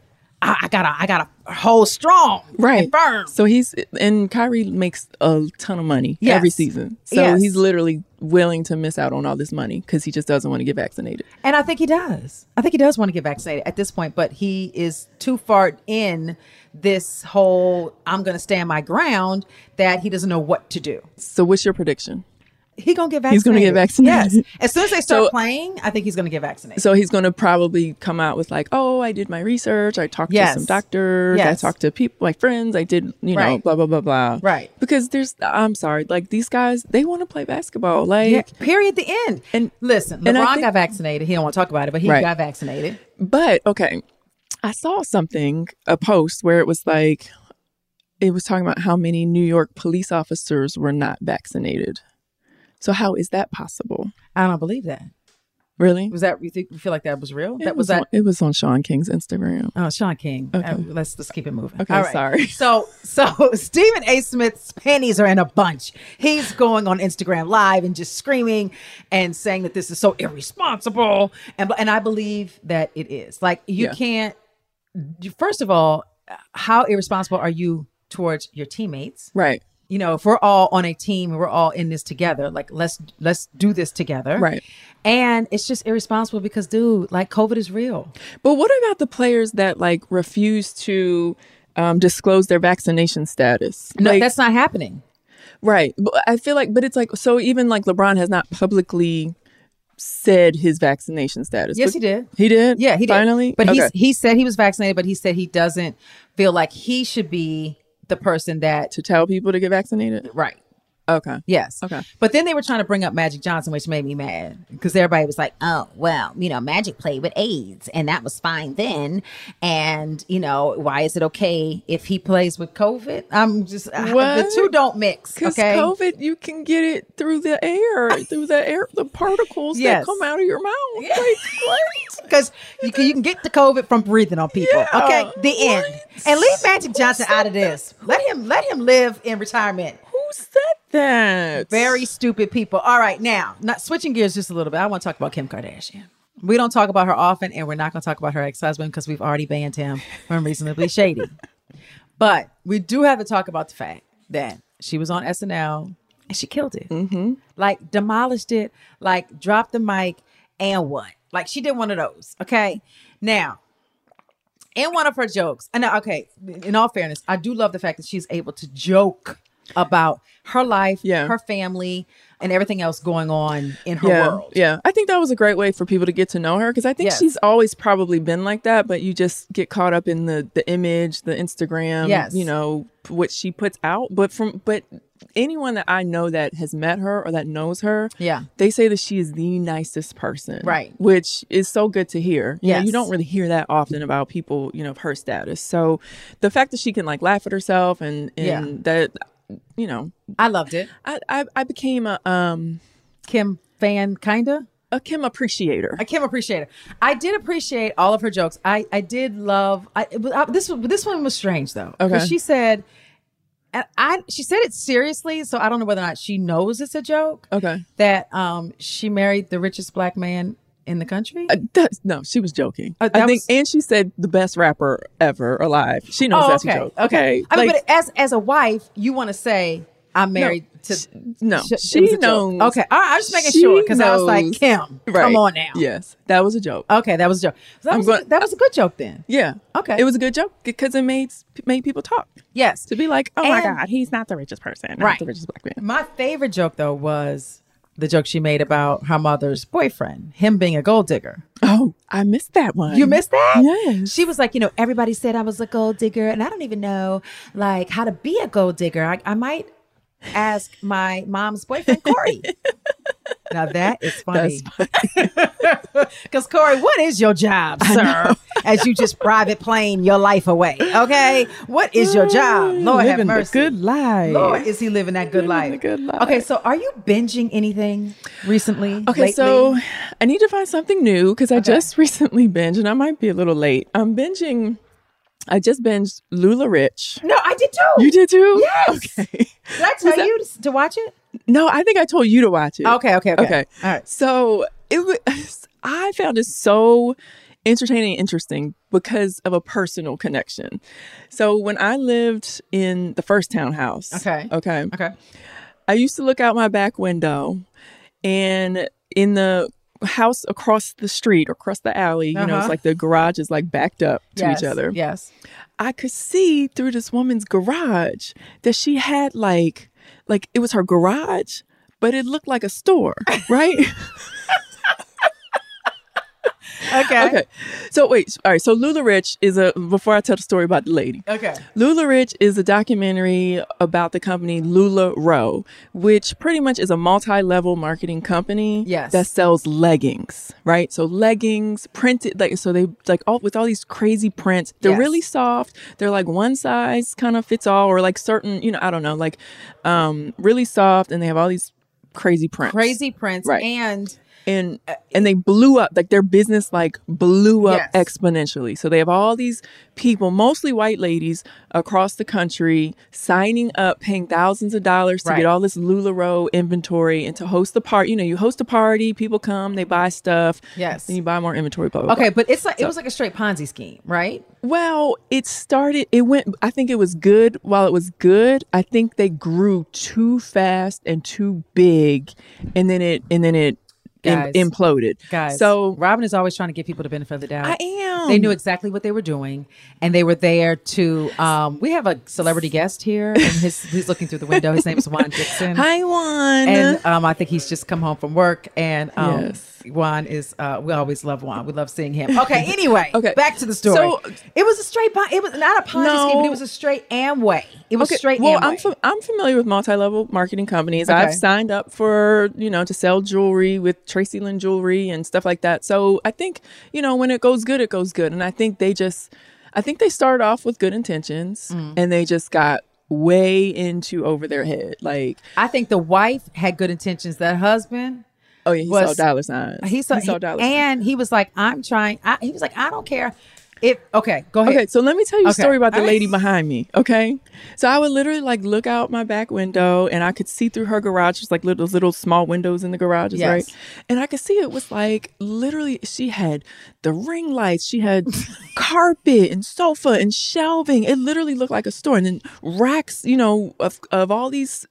S3: I, I gotta, I gotta hold strong,
S2: Right.
S3: and firm.
S2: So he's and Kyrie makes a ton of money
S3: Yes.
S2: every season. So
S3: Yes.
S2: he's literally willing to miss out on all this money because he just doesn't want to get vaccinated.
S3: And I think he does. I think he does want to get vaccinated at this point, but he is too far in this whole "I'm gonna stand my ground" that he doesn't know what to do.
S2: So what's your prediction?
S3: He gonna get vaccinated.
S2: He's gonna get vaccinated.
S3: Yes. As soon as they start
S2: So-
S3: playing, I think he's gonna get vaccinated.
S2: So he's going to probably come out with like, "Oh, I did my research. I talked
S3: Yes.
S2: to some doctors.
S3: Yes.
S2: I talked to people, my friends. I did, you know,
S3: Right.
S2: blah blah blah blah."
S3: Right.
S2: Because there's, I'm sorry, like these guys, they want to play basketball. Like,
S3: Yeah, period. The end. And
S2: And-
S3: listen, LeBron
S2: and I think-
S3: got vaccinated. He don't want to talk about it, but he
S2: Right.
S3: got vaccinated.
S2: but okay, I saw something, a post where it was like, it was talking about how many New York police officers were not vaccinated. So how is that possible?
S3: I don't believe that.
S2: Really?
S3: Was that you, think, you feel like that was real?
S2: It
S3: that was that.
S2: On, it was on Sean King's Instagram.
S3: Oh, Sean King.
S2: Okay.
S3: Uh, let's let's keep it moving.
S2: Okay,
S3: All right.
S2: sorry.
S3: So so Stephen A. Smith's panties are in a bunch. He's going on Instagram Live and just screaming and saying that this is so irresponsible. And and I believe that it is. Like you
S2: Yeah.
S3: can't. First of all, how irresponsible are you towards your teammates?
S2: Right.
S3: You know, if we're all on a team and we're all in this together, like let's let's do this together.
S2: Right.
S3: And it's just irresponsible because, dude, like COVID is real.
S2: But what about the players that like refuse to um, disclose their vaccination status?
S3: No,
S2: Like-
S3: that's not happening.
S2: right. But I feel like, but it's like so. Even like LeBron has not publicly said his vaccination status.
S3: Yes,
S2: But-
S3: he did.
S2: He did.
S3: Yeah, he did.
S2: finally.
S3: But he's,
S2: Okay.
S3: he said he was vaccinated, but he said he doesn't feel like he should be the person that
S2: to tell people to get vaccinated.
S3: right.
S2: Okay.
S3: Yes.
S2: Okay.
S3: But then they were trying to bring up Magic Johnson, which made me mad because everybody was like, "Oh, well, you know, Magic played with AIDS, and that was fine then, and you know, why is it okay if he plays with COVID?" I'm just the
S2: What?
S3: two don't mix.
S2: Because
S3: Okay.
S2: COVID, you can get it through the air, through the air, the particles that
S3: Yes.
S2: come out of your mouth. Like, what?
S3: Because you can, you can get the COVID from breathing on people.
S2: Yeah. Oh,
S3: Okay, the end. And leave Magic Johnson out of this. Let him let him live in retirement.
S2: Who said that?
S3: Very stupid people. All right, now not switching gears just a little bit. I want to talk about Kim Kardashian. We don't talk about her often, and we're not going to talk about her ex husband because we've already banned him from reasonably shady. But we do have to talk about the fact that she was on SNL and she killed it. Mm-hmm. Like demolished it. Like dropped the mic and what? Like she did one of those. Okay, now in one of her jokes, and now, okay, in all fairness, I do love the fact that she's able to joke about her life,
S2: Yeah.
S3: her family, and everything else going on in her
S2: yeah,
S3: world.
S2: Yeah. I think that was a great way for people to get to know her because I think
S3: Yes.
S2: she's always probably been like that, but you just get caught up in the the image, the Instagram,
S3: Yes.
S2: you know, what she puts out. But from but anyone that I know that has met her or that knows her,
S3: Yeah.
S2: they say that she is the nicest person.
S3: Right.
S2: Which is so good to hear. Yeah.
S3: Yes.
S2: you don't really hear that often about people, you know, of her status. So the fact that she can like laugh at herself and, and
S3: Yeah.
S2: that you know,
S3: I loved it.
S2: I, I I became a um
S3: Kim fan, kinda.
S2: a Kim appreciator.
S3: I Kim appreciated. I did appreciate all of her jokes. I I did love. I, it was- I this one- this one was strange though. 'cause
S2: Okay.
S3: She said, and I she said it seriously. So I don't know whether or not she knows it's a joke.
S2: Okay.
S3: That um she married the richest black man in the country.
S2: Uh, That's, no, she was joking.
S3: Uh, that
S2: I think,
S3: was-
S2: and she said the best rapper ever alive. She knows that's a joke.
S3: Oh, I mean,
S2: like,
S3: but as as a wife, you want to say I'm married to.
S2: sh- no,
S3: sh- it
S2: she
S3: was a joke.
S2: knows.
S3: Okay, all right, I'm just making
S2: She
S3: sure because I was like,
S2: knows.
S3: Kim, come
S2: Right.
S3: on now.
S2: Yes, that was a joke.
S3: Okay, that was a joke. So that,
S2: I'm
S3: was
S2: going-
S3: a, that was a good joke then.
S2: yeah.
S3: Okay.
S2: It was a good joke because it made made people talk
S3: Yes.
S2: to be like, oh my
S3: And-
S2: god, he's not the richest person, not
S3: Right.
S2: The richest black man.
S3: My favorite joke though was the joke she made about her mother's boyfriend, him being a gold digger.
S2: Oh, I missed that one.
S3: You missed that?
S2: Mm. Yes.
S3: She was like, you know, everybody said I was a gold digger, and I don't even know like how to be a gold digger. I, I might ask my mom's boyfriend, Corey. now that is funny. Because Corey, what is your job, sir? As you just private plane your life away. Okay. What is your job? Lord have
S2: Living the
S3: mercy.
S2: good life.
S3: Lord, is he living that good life?
S2: Oh, the good life.
S3: Okay, so are you binging anything recently?
S2: Okay,
S3: lately?
S2: so I need to find something new because I just recently binged, and I might be a little late. I'm binging. I just binged Lula Rich.
S3: no, I did too.
S2: You did too.
S3: Yes.
S2: Okay.
S3: Did I tell you to, to watch it?
S2: No, I think I told you to watch it.
S3: Okay, okay, okay. All right.
S2: So it was. I found it so entertaining and interesting because of a personal connection. So when I lived in the first townhouse,
S3: Okay.
S2: okay,
S3: Okay.
S2: I used to look out my back window, and in the house across the street or across the alley, you know,
S3: Uh-huh.
S2: it's like the garage is like backed up to
S3: yes.
S2: each other.
S3: Yes.
S2: I could see through this woman's garage that she had like like it was her garage,
S5: but it looked like a store, right?
S3: Okay.
S5: okay. So wait, all right. So Lula Rich is a before I tell the story about the lady.
S3: Okay.
S5: Lula Rich is a documentary about the company Lula Row, which pretty much is a multi-level marketing company
S3: Yes.
S5: that sells leggings, right? So leggings printed like so they like all with all these crazy prints. They're
S3: Yes.
S5: really soft. They're like one size kind of fits all or like certain, you know, I don't know, like um really soft and they have all these crazy prints.
S3: Crazy Prince
S5: Right.
S3: and
S5: and and they blew up like their business like blew up
S3: Yes.
S5: exponentially so they have all these people mostly white ladies across the country signing up paying thousands of dollars to
S3: Right.
S5: get all this lularoe inventory and to host the party you know you host a party people come they buy stuff
S3: Yes.
S5: then you buy more inventory blah, blah,
S3: Okay,
S5: blah.
S3: but it's like it was like a straight Ponzi scheme, right?
S5: well it started it went i think it was good while it was good i think they grew too fast and too big and then it and then it im-
S3: Guys.
S5: imploded
S3: Guys.
S5: so
S3: Robin is always trying to give people the benefit of the doubt.
S5: I am.
S3: They knew exactly what they were doing, and they were there to. Um, we have a celebrity guest here, and his, he's looking through the window. His name is Juan Dixon.
S5: Hi, Juan.
S3: And um, I think he's just come home from work, and um,
S5: Yes.
S3: Juan is. Uh, we always love Juan. We love seeing him. Okay. Anyway.
S5: Okay.
S3: Back to the story.
S5: So-
S3: it was a straight. Pon- it was not a Ponzi scheme. But
S5: No.
S3: it was a straight Amway. It was straight.
S5: well,
S3: Amway.
S5: I'm fam- I'm familiar with multi-level marketing companies.
S3: Okay.
S5: I've signed up for you know to sell jewelry with Tracy Lynn Jewelry and stuff like that. So I think you know when it goes good, it goes good, and I think they just, I think they started off with good intentions, and they just got way into over their head. Like,
S3: I think the wife had good intentions. That husband.
S5: oh yeah, he
S3: Was-
S5: saw dollar signs.
S3: He saw,
S5: he saw
S3: he-
S5: dollar signs.
S3: and he was like, "I'm trying." I, he was like, "I don't care if." Okay, go ahead.
S5: Okay, so let me tell you a
S3: Okay.
S5: story about the
S3: All right.
S5: lady behind me. Okay, so I would literally like look out my back window and I could see through her garage. Just like little, those little small windows in the garages,
S3: Yes.
S5: right? And I could see it was like literally she had the ring lights, she had carpet and sofa and shelving. It literally looked like a store, and then racks, you know, of of all these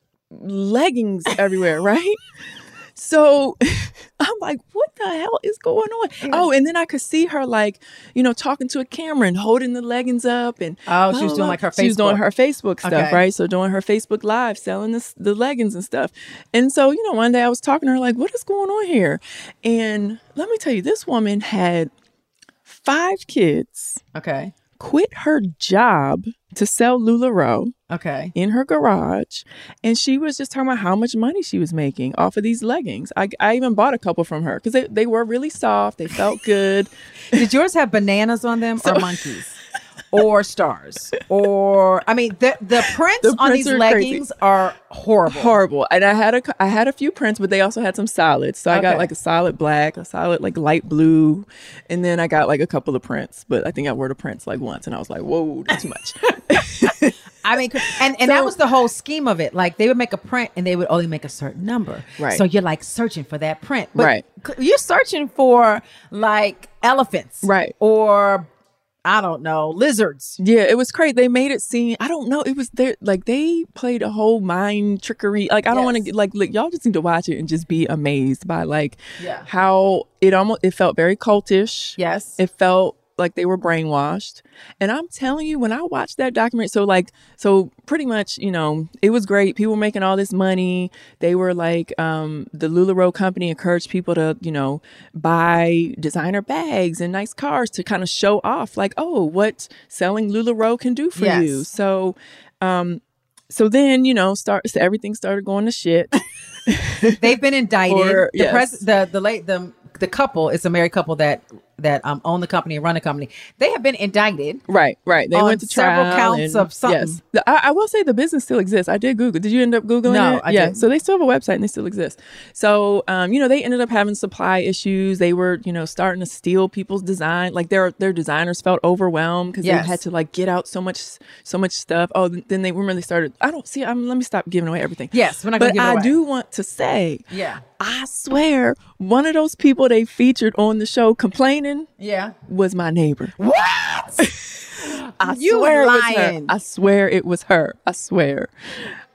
S5: leggings everywhere, right? So I'm like, what the hell is going on?
S3: Mm.
S5: Oh, and then I could see her like, you know, talking to a camera and holding the leggings up and
S3: Oh, she was doing, like, her
S5: She was doing
S3: Facebook.
S5: her Facebook stuff,
S3: Okay.
S5: right? So doing her Facebook live, selling this, the leggings and stuff. And so, you know, one day I was talking to her like, what is going on here? And let me tell you, this woman had five kids,
S3: Okay,
S5: quit her job to sell LuLaRoe
S3: okay.
S5: in her garage and she was just talking about how much money she was making off of these leggings. I, I even bought a couple from her because they, they were really soft. They felt good.
S3: Did yours have bananas on them or monkeys? Or stars, or I mean, the the prints
S5: The
S3: on
S5: prints
S3: these
S5: are crazy.
S3: leggings are horrible.
S5: Horrible. And I had a cou- I had a few prints, but they also had some solids. So I
S3: Okay.
S5: got like a solid black, a solid like light blue, and then I got like a couple of prints. But I think I wore the prints like once, and I was like, whoa, that's too much.
S3: I mean, and, and that was the whole scheme of it. Like they would make a print and they would only make a certain number.
S5: Right.
S3: So you're like searching for that print. But
S5: Right.
S3: c- You're searching for like elephants.
S5: Right.
S3: Or I don't know, lizards.
S5: Yeah, it was crazy. They made it seem I don't know. It was there like they played a whole mind trickery. Like I don't want
S3: Yes.
S5: to like look. Y'all just need to watch it and just be amazed by like
S3: Yeah.
S5: how it almost it felt very cultish.
S3: Yes.
S5: It felt like they were brainwashed. And I'm telling you, when I watched that document, so like, so pretty much, you know, it was great. People were making all this money. They were like, um, the LuLaRoe company encouraged people to, you know, buy designer bags and nice cars to kind of show off, like, oh, what selling LuLaRoe can do for
S3: Yes.
S5: you. So, um, so then, you know, start so everything started going to shit.
S3: They've been indicted.
S5: Or-
S3: the
S5: yes.
S3: pres- the the late the the couple, it's a married couple that that um own the company and run the company. They have been indicted.
S5: Right, right. They
S3: On
S5: went to
S3: several
S5: trial.
S3: counts of something.
S5: Yes, The- I, I will say the business still exists. I did Google. Did you end up googling
S3: No,
S5: it?
S3: I
S5: yeah.
S3: didn't.
S5: So they still have a website and they still exist. So um, you know, they ended up having supply issues. They were, you know, starting to steal people's design. Like their their designers felt overwhelmed because
S3: Yes.
S5: they had to like get out so much so much stuff. Oh, th- then they remember they started. I don't see. I'm. Let me stop giving away everything.
S3: Yes, we're not gonna
S5: But
S3: give it
S5: I
S3: away.
S5: do want to say.
S3: Yeah.
S5: I swear, one of those people they featured on the show complaining
S3: Yeah.
S5: was my neighbor.
S3: What?
S5: I
S3: You
S5: swear it was her.
S3: lying.
S5: I swear it was her. I swear.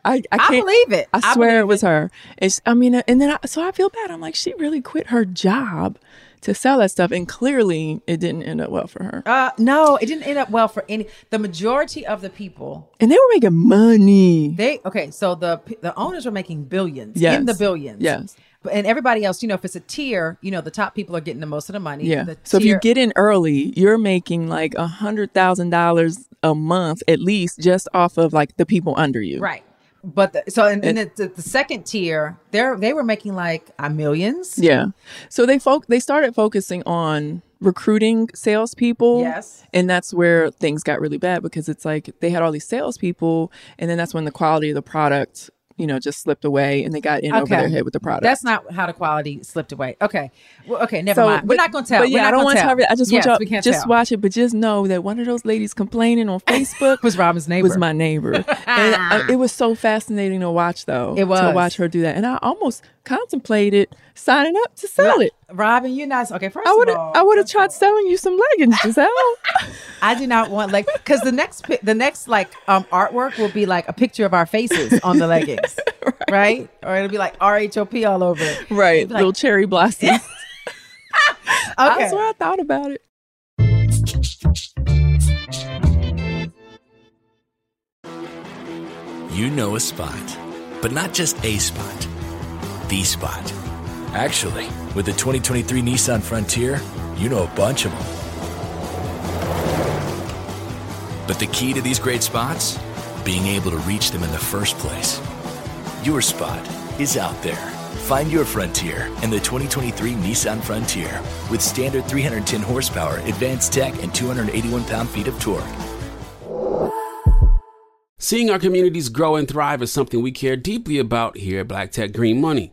S5: I, I,
S3: I
S5: can't,
S3: believe it. I
S5: I swear
S3: believe
S5: uh, it was her. It's, I mean, and then I, so I feel bad. I'm like, she really quit her job
S2: to sell that stuff. And clearly, it didn't end up well for her.
S5: Oh.
S3: Uh, no, it didn't end up well for any. The majority of the people,
S2: And they were making money.
S3: they okay. So the p- the owners were making billions in the
S2: Yes.
S3: billions.
S2: Yes.
S3: But- and everybody else, you know, if it's a tier, you know, the top people are getting the most of the money.
S2: Yeah.
S3: The
S2: So if you
S3: tier-
S2: get in early, you're making like a hundred thousand dollars a month at least, just off of like the people under you.
S3: right, but the, so and, and the, the second tier, they're they were making like uh, millions.
S2: Yeah. So they folk they started focusing on recruiting salespeople.
S3: Yes.
S2: And that's where things got really bad because it's like they had all these salespeople, and then that's when the quality of the product, you know, just slipped away, and they got in over
S3: Okay.
S2: their head with the product.
S3: That's not how the quality slipped away. Okay. Well, okay, never
S2: So,
S3: mind. We're
S2: but-
S3: not going to tell.
S2: But
S3: We're
S2: yeah,
S3: not
S2: I don't
S3: gonna
S2: want to
S3: tell.
S2: cover it. I just
S3: yes,
S2: want
S3: we
S2: y'all
S3: can't
S2: just
S3: tell.
S2: watch it. But just know that one of those ladies complaining on Facebook
S3: was Robin's neighbor.
S2: was my neighbor. and uh, it was so fascinating to watch, though.
S3: It was.
S2: to watch her do that, and I almost contemplated signing up to sell it.
S3: Robin, you're not okay. First
S2: I would
S3: of
S2: have,
S3: all,
S2: I would have tried selling you some leggings, Giselle.
S3: I do not want like because the next pi- the next like um artwork will be like a picture of our faces on the leggings, right. Or it'll be like R H O P all over it.
S2: right,
S3: Like-
S2: little cherry blossoms.
S3: Okay.
S2: That's what I thought about it.
S6: You know a spot, but not just a spot, the spot. Actually, with the 2023 Nissan Frontier, you know a bunch of them. But the key to these great spots? Being able to reach them in the first place. Your spot is out there. Find your frontier in the 2023 Nissan Frontier with standard 310 horsepower, advanced tech, and 281 pound feet of torque.
S7: Seeing our communities grow and thrive is something we care deeply about here at Black Tech Green Money.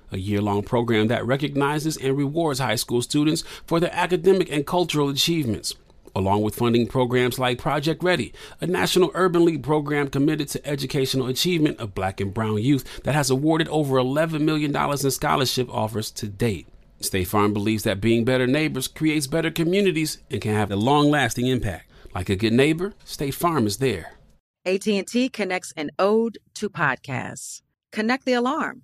S7: a year long program that recognizes and rewards high school students for their academic and cultural achievements, along with funding programs like Project Ready, a national urban league program committed to educational achievement of black and brown youth that has awarded over $11 million in scholarship offers to date. State Farm believes that being better neighbors creates better communities and can have a long lasting impact. Like a good neighbor, State Farm is there.
S4: AT&T connects an ode to podcasts. Connect the alarm,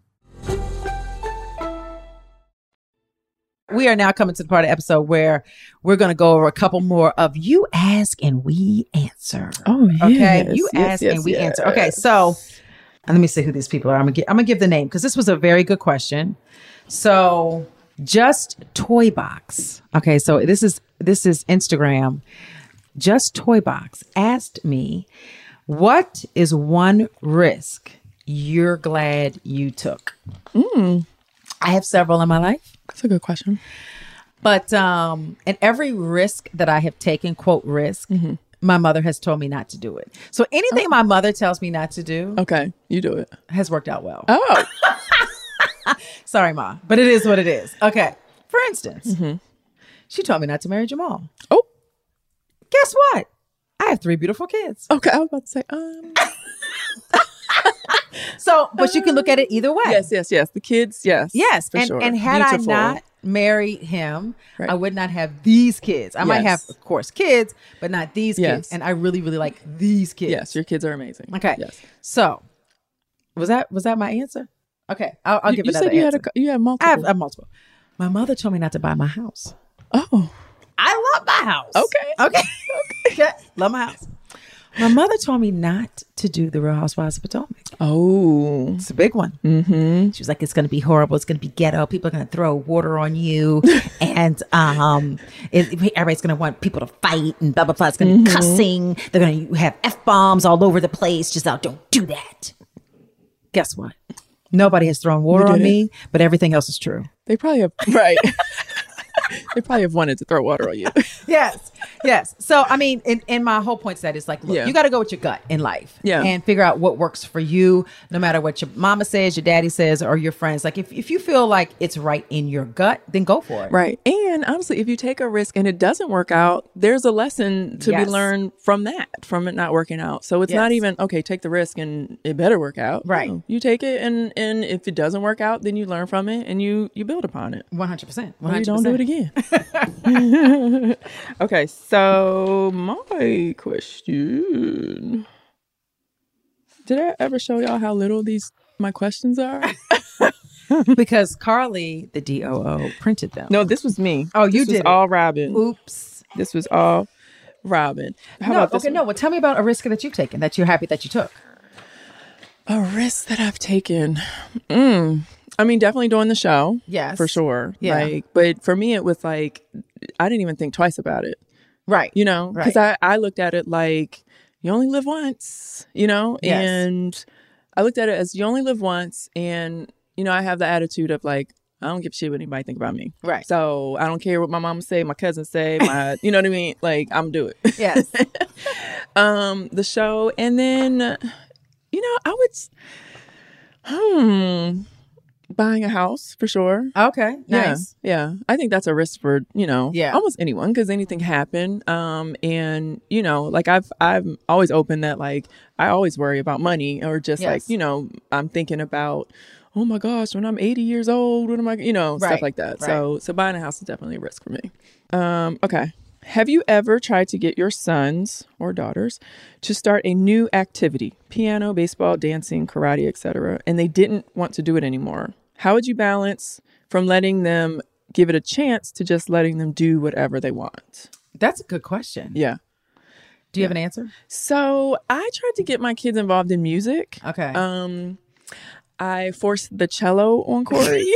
S3: We are now coming to the part of the episode where we're going to go over a couple more of you ask and we answer.
S2: Oh,
S3: Okay,
S2: yes,
S3: you
S2: yes,
S3: ask
S2: yes,
S3: and we answer. Okay,
S2: yes.
S3: so and let me see who these people are. I'm gonna gi- I'm gonna give the name because this was a very good question. So just toy box. Okay, so this is this is Instagram. Just toy box asked me, what is one risk you're glad you took?
S2: Mm.
S3: I have several in my life.
S2: That's a good question.
S3: But um, and every risk that I have taken, quote risk,
S2: Mm-hmm.
S3: my mother has told me not to do it. So anything
S2: Oh.
S3: my mother tells me not to do
S2: Okay, you do it.
S3: has worked out well.
S2: Oh,
S3: Sorry, ma, but it is what it is. Okay. For instance, she told me not to marry Jamal.
S2: Mm-hmm. oh,
S3: Guess what? I have three beautiful kids.
S2: okay. I was about to say, um,
S3: So, but you can look at it either way.
S2: yes, yes, yes. The kids, yes,
S3: Yes,
S2: for
S3: and,
S2: sure.
S3: and had
S2: Beautiful.
S3: I not married him,
S2: Right.
S3: I would not have these kids. I might have,
S2: Yes.
S3: of course, kids, but not these kids.
S2: Yes.
S3: And I really, really like these kids.
S2: yes, your kids are amazing.
S3: Okay.
S2: yes.
S3: So, was that was that my answer? Okay, I'll, I'll
S2: you,
S3: give
S2: you
S3: another
S2: said you
S3: answer.
S2: had a, you had
S3: I have
S2: multiple.
S3: I have multiple. My mother told me not to buy my house.
S2: oh,
S3: I love my house.
S2: Okay.
S3: Okay. okay. love my house. My mother told me not to do the Real Housewives of Potomac.
S2: Oh.
S3: It's a big one.
S2: Mm-hmm.
S3: She was like, "It's going to be horrible. It's going to be ghetto. People are going to throw water on you, and um, it, everybody's going to want people to fight, and blah blah blah. It's going to be cussing. They're going to have f bombs all over the place. Giselle, don't do that." Guess what? Nobody has thrown water on
S2: didn't.
S3: me, but everything else is true.
S2: They probably have right. they probably have wanted to throw water on you.
S3: yes yes so i mean and, and my whole point to that is like look
S2: Yeah.
S3: you got to go with your gut in life
S2: Yeah.
S3: and figure out what works for you no matter what your mama says your daddy says or your friends like if, if you feel like it's right in your gut then go for it
S2: right. And honestly, if you take a risk and it doesn't work out, there's a lesson to
S3: Yes.
S2: be learned from that, from it not working out. So it's not
S3: Yes.
S2: even okay, take the risk and it better work out.
S3: Right.
S2: No. You take it and and if it doesn't work out, then you learn from it and you you build upon it.
S3: 100% 100%
S2: Or You don't do it again. okay, so my question. Did I ever show y'all how little these my questions are?
S3: because carly the doo printed them
S2: No, this was me.
S3: Oh,
S2: This
S3: you
S2: was
S3: did it.
S2: all Robin.
S3: oops
S2: This was all Robin. How
S3: no
S2: about this?
S3: okay no well tell me about a risk that you've taken that you're happy that you took
S2: A risk that I've taken. Mm. I mean, definitely doing the show.
S3: Yes.
S2: for sure.
S3: Yeah.
S2: Like, but for me, it was like I didn't even think twice about it.
S3: right
S2: You know, because I I looked at it like you only live once. You know,
S3: Yes.
S2: and I looked at it as you only live once, and you know, I have the attitude of like. I don't give a shit what anybody think about me.
S3: Right.
S2: So I don't care what my mom say, my cousins say, my you know what I mean? Like I'm do it.
S3: yes
S2: um the show and then uh, you know i would s- hmm buying a house for sure
S3: okay nice
S2: yeah yeah i think that's a risk for you know
S3: Yeah.
S2: almost anyone because anything happen um and you know like i've i'm always open that like i always worry about money or just like
S3: Yes.
S2: you know i'm thinking about oh my gosh when i'm 80 years old what am i you know
S3: Right,
S2: stuff like that so so buying a house is definitely a risk for me um okay have you ever tried to get your sons or daughters to start a new activity, piano, baseball, dancing, karate, etc., and they didn't want to do it anymore? How would you balance from letting them give it a chance to just letting them do whatever they want?
S3: that's a good question
S2: Yeah.
S3: do you have an answer
S2: So I tried to get my kids involved in music.
S3: okay
S2: Um, I forced the cello on Corey.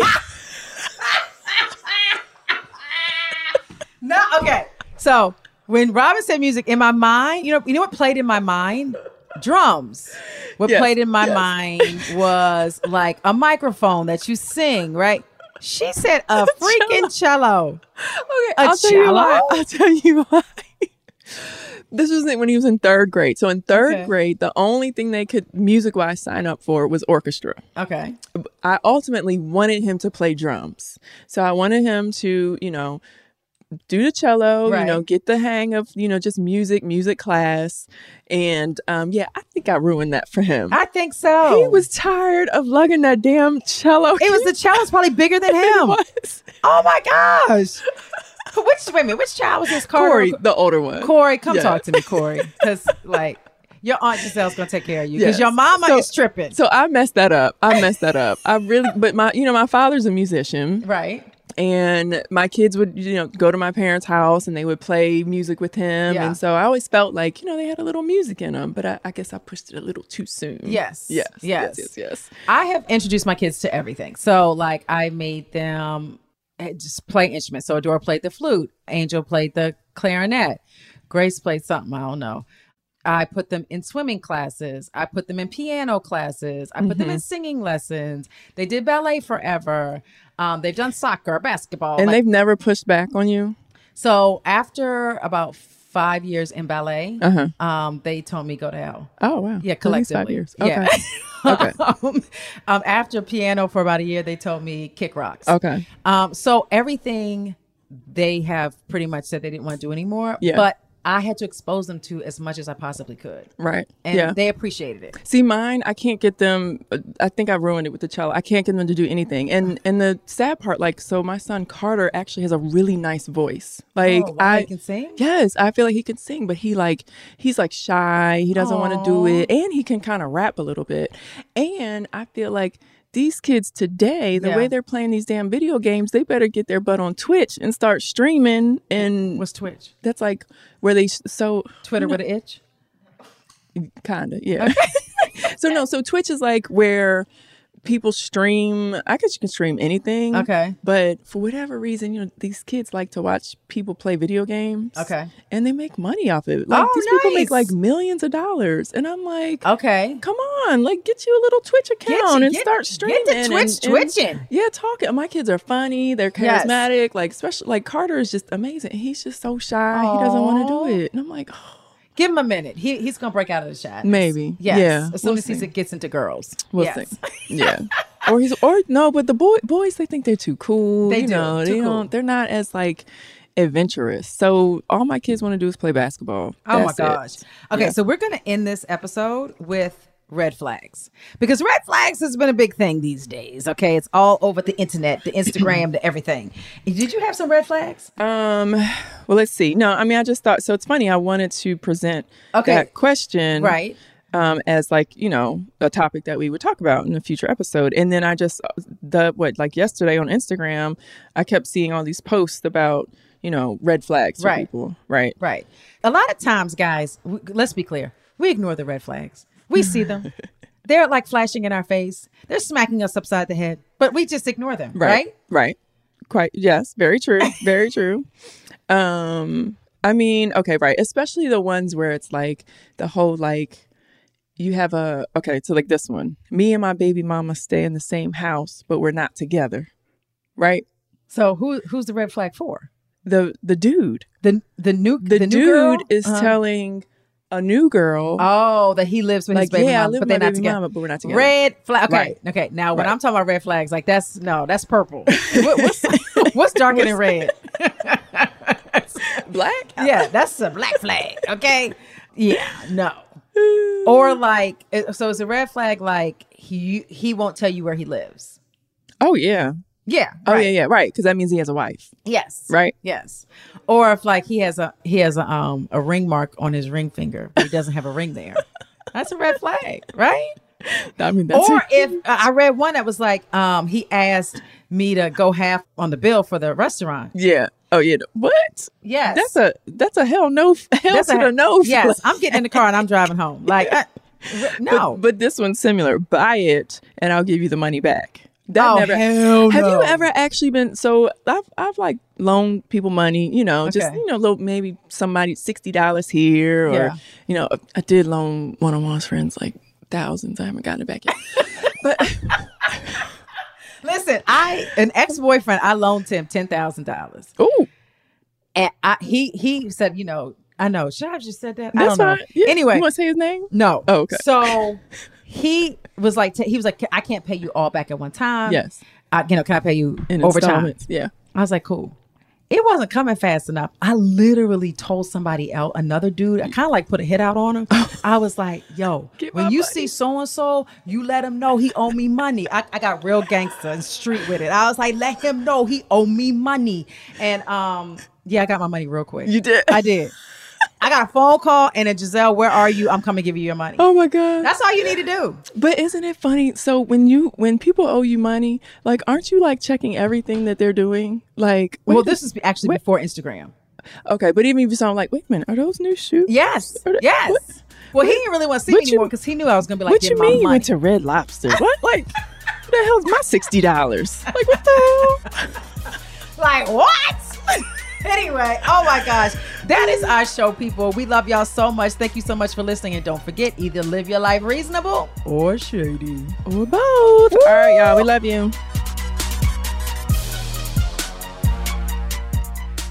S3: No, okay. So when Robin said music, in my mind, you know, you know what played in my mind? Drums. What
S2: Yes,
S3: played in my
S2: yes.
S3: mind was like a microphone that you sing, right? She said a freaking cello.
S2: Okay,
S3: A
S2: i I'll tell you why.
S3: cello?
S2: I'll tell you why. this was when he was in third grade. So in third
S3: Okay.
S2: grade, the only thing they could music wise sign up for was orchestra.
S3: Okay.
S2: I ultimately wanted him to play drums. So I wanted him to, you know, do the cello, you know,
S3: Right.
S2: get the hang of, you know, just music, music class. And um, yeah, I think I ruined that for him.
S3: I think so.
S2: he was tired of lugging that damn cello.
S3: it was the child's probably bigger
S2: It
S3: than him.
S2: was.
S3: Oh my gosh. Which wait a minute, which child was this Carter?
S2: Corey, the older one.
S3: Corey, come
S2: Yeah.
S3: talk to me, Corey. Because like your aunt Giselle's gonna take care of you. Because
S2: Yes.
S3: your mama
S2: So-
S3: is tripping.
S2: So I messed that up. I messed that up. I really, but my, you know, my father's a musician,
S3: right.
S2: and my kids would, you know, go to my parents' house and they would play music with him,
S3: Yeah.
S2: and so I always felt like, you know, they had a little music in them, but I, I guess I pushed it a little too soon.
S3: Yes.
S2: yes, yes,
S3: Yes.
S2: yes, yes.
S3: I have introduced my kids to everything. So like I made them eh, just play instruments. So Adora played the flute, Angel played the clarinet, Grace played something, I don't know. I put them in swimming classes. I put them in piano classes. I put them
S2: Mm-hmm.
S3: in singing lessons. They did ballet forever. Um, they've done soccer, basketball.
S2: And
S3: like-
S2: they've never pushed back on you.
S3: so after about five years in ballet,
S2: Uh-huh.
S3: um, they told me go to hell.
S2: Oh wow.
S3: Yeah,
S2: At least five
S3: collectively.
S2: years. Okay.
S3: Yeah.
S2: Okay.
S3: um, um, after piano for about a year, they told me kick rocks.
S2: Okay.
S3: Um, so everything they have pretty much said they didn't want to do anymore.
S2: Yeah.
S3: But I had to expose them to as much as I possibly could.
S2: Right.
S3: And
S2: yeah.
S3: they appreciated it.
S2: See, mine, I can't get them. uh, I think I ruined it with the cello. I can't get them to do anything. And
S3: Oh.
S2: and the sad part, like, so my son Carter actually has a really nice voice. Like,
S3: Oh, wow,
S2: I
S3: he can sing?
S2: Yes, I feel like he can sing, but he like he's like shy. He doesn't want to do it, and he can kind of rap a little bit. And I feel like. These kids today, the
S3: Yeah.
S2: way they're playing these damn video games, they better get their butt on Twitch and start streaming. And
S3: Was Twitch.
S2: that's like where they s- so
S3: Twitter with an itch.
S2: kind of yeah So no, so Twitch is like where people stream. I guess you can stream anything.
S3: Okay.
S2: But for whatever reason, you know, these kids like to watch people play video games.
S3: Okay.
S2: And they make money off it. Like
S3: Oh,
S2: these people make
S3: nice.
S2: like millions of dollars, and I'm like,
S3: Okay.
S2: come on, like get you a little Twitch
S3: Get-
S2: account and
S3: get-
S2: start streaming.
S3: Get to
S2: and-
S3: Twitch
S2: and-
S3: twitching.
S2: yeah, talking. My kids are funny. They're
S3: Yes.
S2: charismatic. Like especially like Carter is just amazing. He's just so shy. He doesn't want to
S3: Aw.
S2: do it. And I'm like, oh,
S3: Give him a minute. He he's gonna break out of the shadows.
S2: Maybe.
S3: Yes.
S2: Yeah.
S3: As soon
S2: We'll
S3: as he
S2: see.
S3: gets into girls.
S2: we'll
S3: Yes.
S2: see. Yeah. or he's or no, but the boy boys they think they're too cool.
S3: They
S2: you
S3: do.
S2: Know,
S3: Too
S2: they
S3: cool.
S2: don't. They're not as like adventurous. So all my kids want to do is play basketball.
S3: Oh
S2: That's it.
S3: my gosh. Okay, so we're going to end this episode with red flags because red flags has been a big thing these days. Okay, it's all over the internet, the Instagram, the everything. Did you have some red flags?
S2: Um. Well, let's see. No, I mean, I just thought. So it's funny. I wanted to present
S3: Okay.
S2: that question,
S3: Right.
S2: Um, as like you know a topic that we would talk about in a future episode, and then I just uh, the what like yesterday on Instagram, I kept seeing all these posts about you know red flags for
S3: Right.
S2: people, right?
S3: Right. A lot of times, guys, w let's be clear, we ignore the red flags. We see them. They're like flashing in our face. They're smacking us upside the head, but we just ignore them, right?
S2: right right quite yes very true very true um i mean okay right especially the ones where it's like the whole like you have a okay so like this one me and my baby mama stay in the same house but we're not together right
S3: So who who's the red flag for?
S2: the the dude
S3: The the new
S2: the,
S3: the, new
S2: dude
S3: girl?
S2: is
S3: Uh-huh.
S2: telling a new girl
S3: Oh, that he lives with
S2: like
S3: his baby
S2: yeah i
S3: mama,
S2: live
S3: but
S2: with
S3: they're
S2: my
S3: not
S2: baby
S3: together.
S2: mama but we're not together
S3: Red flag. Okay.
S2: Right.
S3: Okay. Now, when
S2: Right.
S3: I'm talking about red flags, like that's no, that's purple. What- what's, what's darker than red?
S2: black
S3: yeah, that's a black flag. Okay. Yeah. No. Or like, it- so it's a red flag. Like he he won't tell you where he lives.
S2: oh yeah
S3: Yeah.
S2: oh
S3: right.
S2: yeah yeah right because that means he has a wife
S3: Yes.
S2: right
S3: Yes. Or if like he has a he has a um a ring mark on his ring finger, but he doesn't have a ring there. That's a red flag, right?
S2: i mean that's
S3: or if I I read one that was like, um, he asked me to go half on the bill for the restaurant.
S2: yeah oh yeah what
S3: Yes,
S2: That's a that's a hell no hell
S3: That's
S2: to
S3: a-
S2: the no.
S3: Yes, I'm getting in the car and I'm driving home. Like, I- r-
S2: But-
S3: no,
S2: But, this one's similar. Buy it and I'll give you the money back. That
S3: Oh,
S2: never
S3: hell
S2: Have
S3: no.
S2: you ever actually been so I've I've like loaned people money, you know, just
S3: Okay.
S2: you know, little, maybe somebody sixty dollars here or
S3: Yeah.
S2: you know, I did loan one on one's friends like thousands. I haven't gotten it back yet. but
S3: listen, I an ex boyfriend, I loaned him ten thousand dollars,
S2: oh
S3: and I he he said, you know, I know, should I have just said that? I
S2: that's
S3: don't know.
S2: fine. Yeah.
S3: Anyway,
S2: You wanna say his name?
S3: no,
S2: Oh, okay.
S3: So he was like, he was like, I can't pay you all back at one time.
S2: Yes.
S3: I, you know, can I pay you
S2: In
S3: over time?
S2: installments. Yeah.
S3: I was like, cool. It wasn't coming fast enough. I literally told somebody else, another dude, I kind of like put a hit out on him. I was like, yo,
S2: Get my
S3: when you
S2: money.
S3: see so and so, you let him know he owe me money. I, I got real gangster and street with it. I was like, let him know he owe me money. And um, yeah, I got my money real quick.
S2: You did.
S3: I did. I got a phone call and a Giselle, where are you? I'm coming to give you your money.
S2: Oh my god.
S3: That's all you need to do.
S2: But isn't it funny? So when you when people owe you money, like aren't you like checking everything that they're doing? Like
S3: Well,
S2: wait a-
S3: this is actually before Instagram.
S2: okay, but even if you sound like, wait a minute, are those new shoes?
S3: Yes.
S2: What-
S3: Yes.
S2: what-
S3: well, he didn't really want to see me
S2: what you-
S3: anymore because he knew I was going to be like,
S2: what
S3: "Give
S2: you
S3: my
S2: mean you
S3: money."
S2: went to Red Lobster? What like what the hell's my sixty dollars? Like what the hell?
S3: like what anyway oh my gosh that is our show people we love y'all so much thank you so much for listening and don't forget either live your life reasonable
S2: Or shady. Or both. All right, y'all. We love you.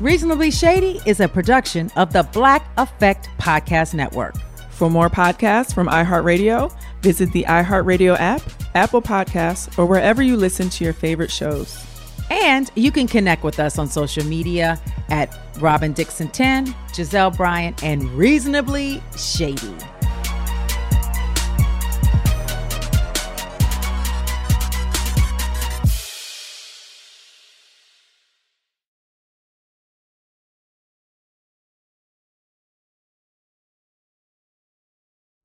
S3: reasonably shady is a production of the black effect podcast network
S2: For more podcasts from iHeartRadio, visit the iHeartRadio app, Apple Podcasts, or wherever you listen to your favorite shows.
S3: and you can connect with us on social media at robin dixon 10 giselle bryant and reasonably shady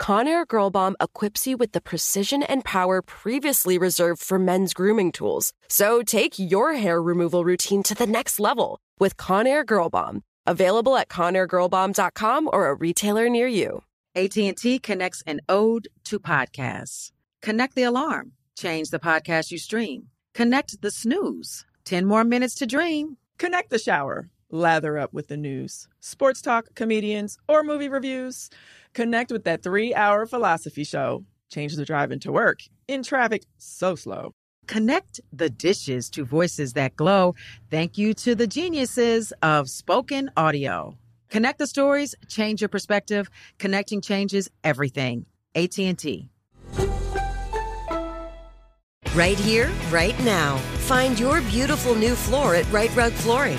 S8: Conair Girl Bomb equips you with the precision and power previously reserved for men's grooming tools. So take your hair removal routine to the next level with Conair Girl Bomb. Available at conairgirlbomb.com or a retailer near you.
S3: AT&T connects an ode to podcasts. Connect the alarm. Change the podcast you stream. Connect the snooze. 10 more minutes to dream.
S5: Connect the shower. Lather up with the news, sports talk, comedians, or movie reviews. Connect with that three hour philosophy show. Change the drive into work. In traffic, so slow.
S3: Connect the dishes to voices that glow. Thank you to the geniuses of spoken audio. Connect the stories, change your perspective. Connecting changes everything. AT&T.
S1: Right here, right now. Find your beautiful new floor at Right Rug Flooring.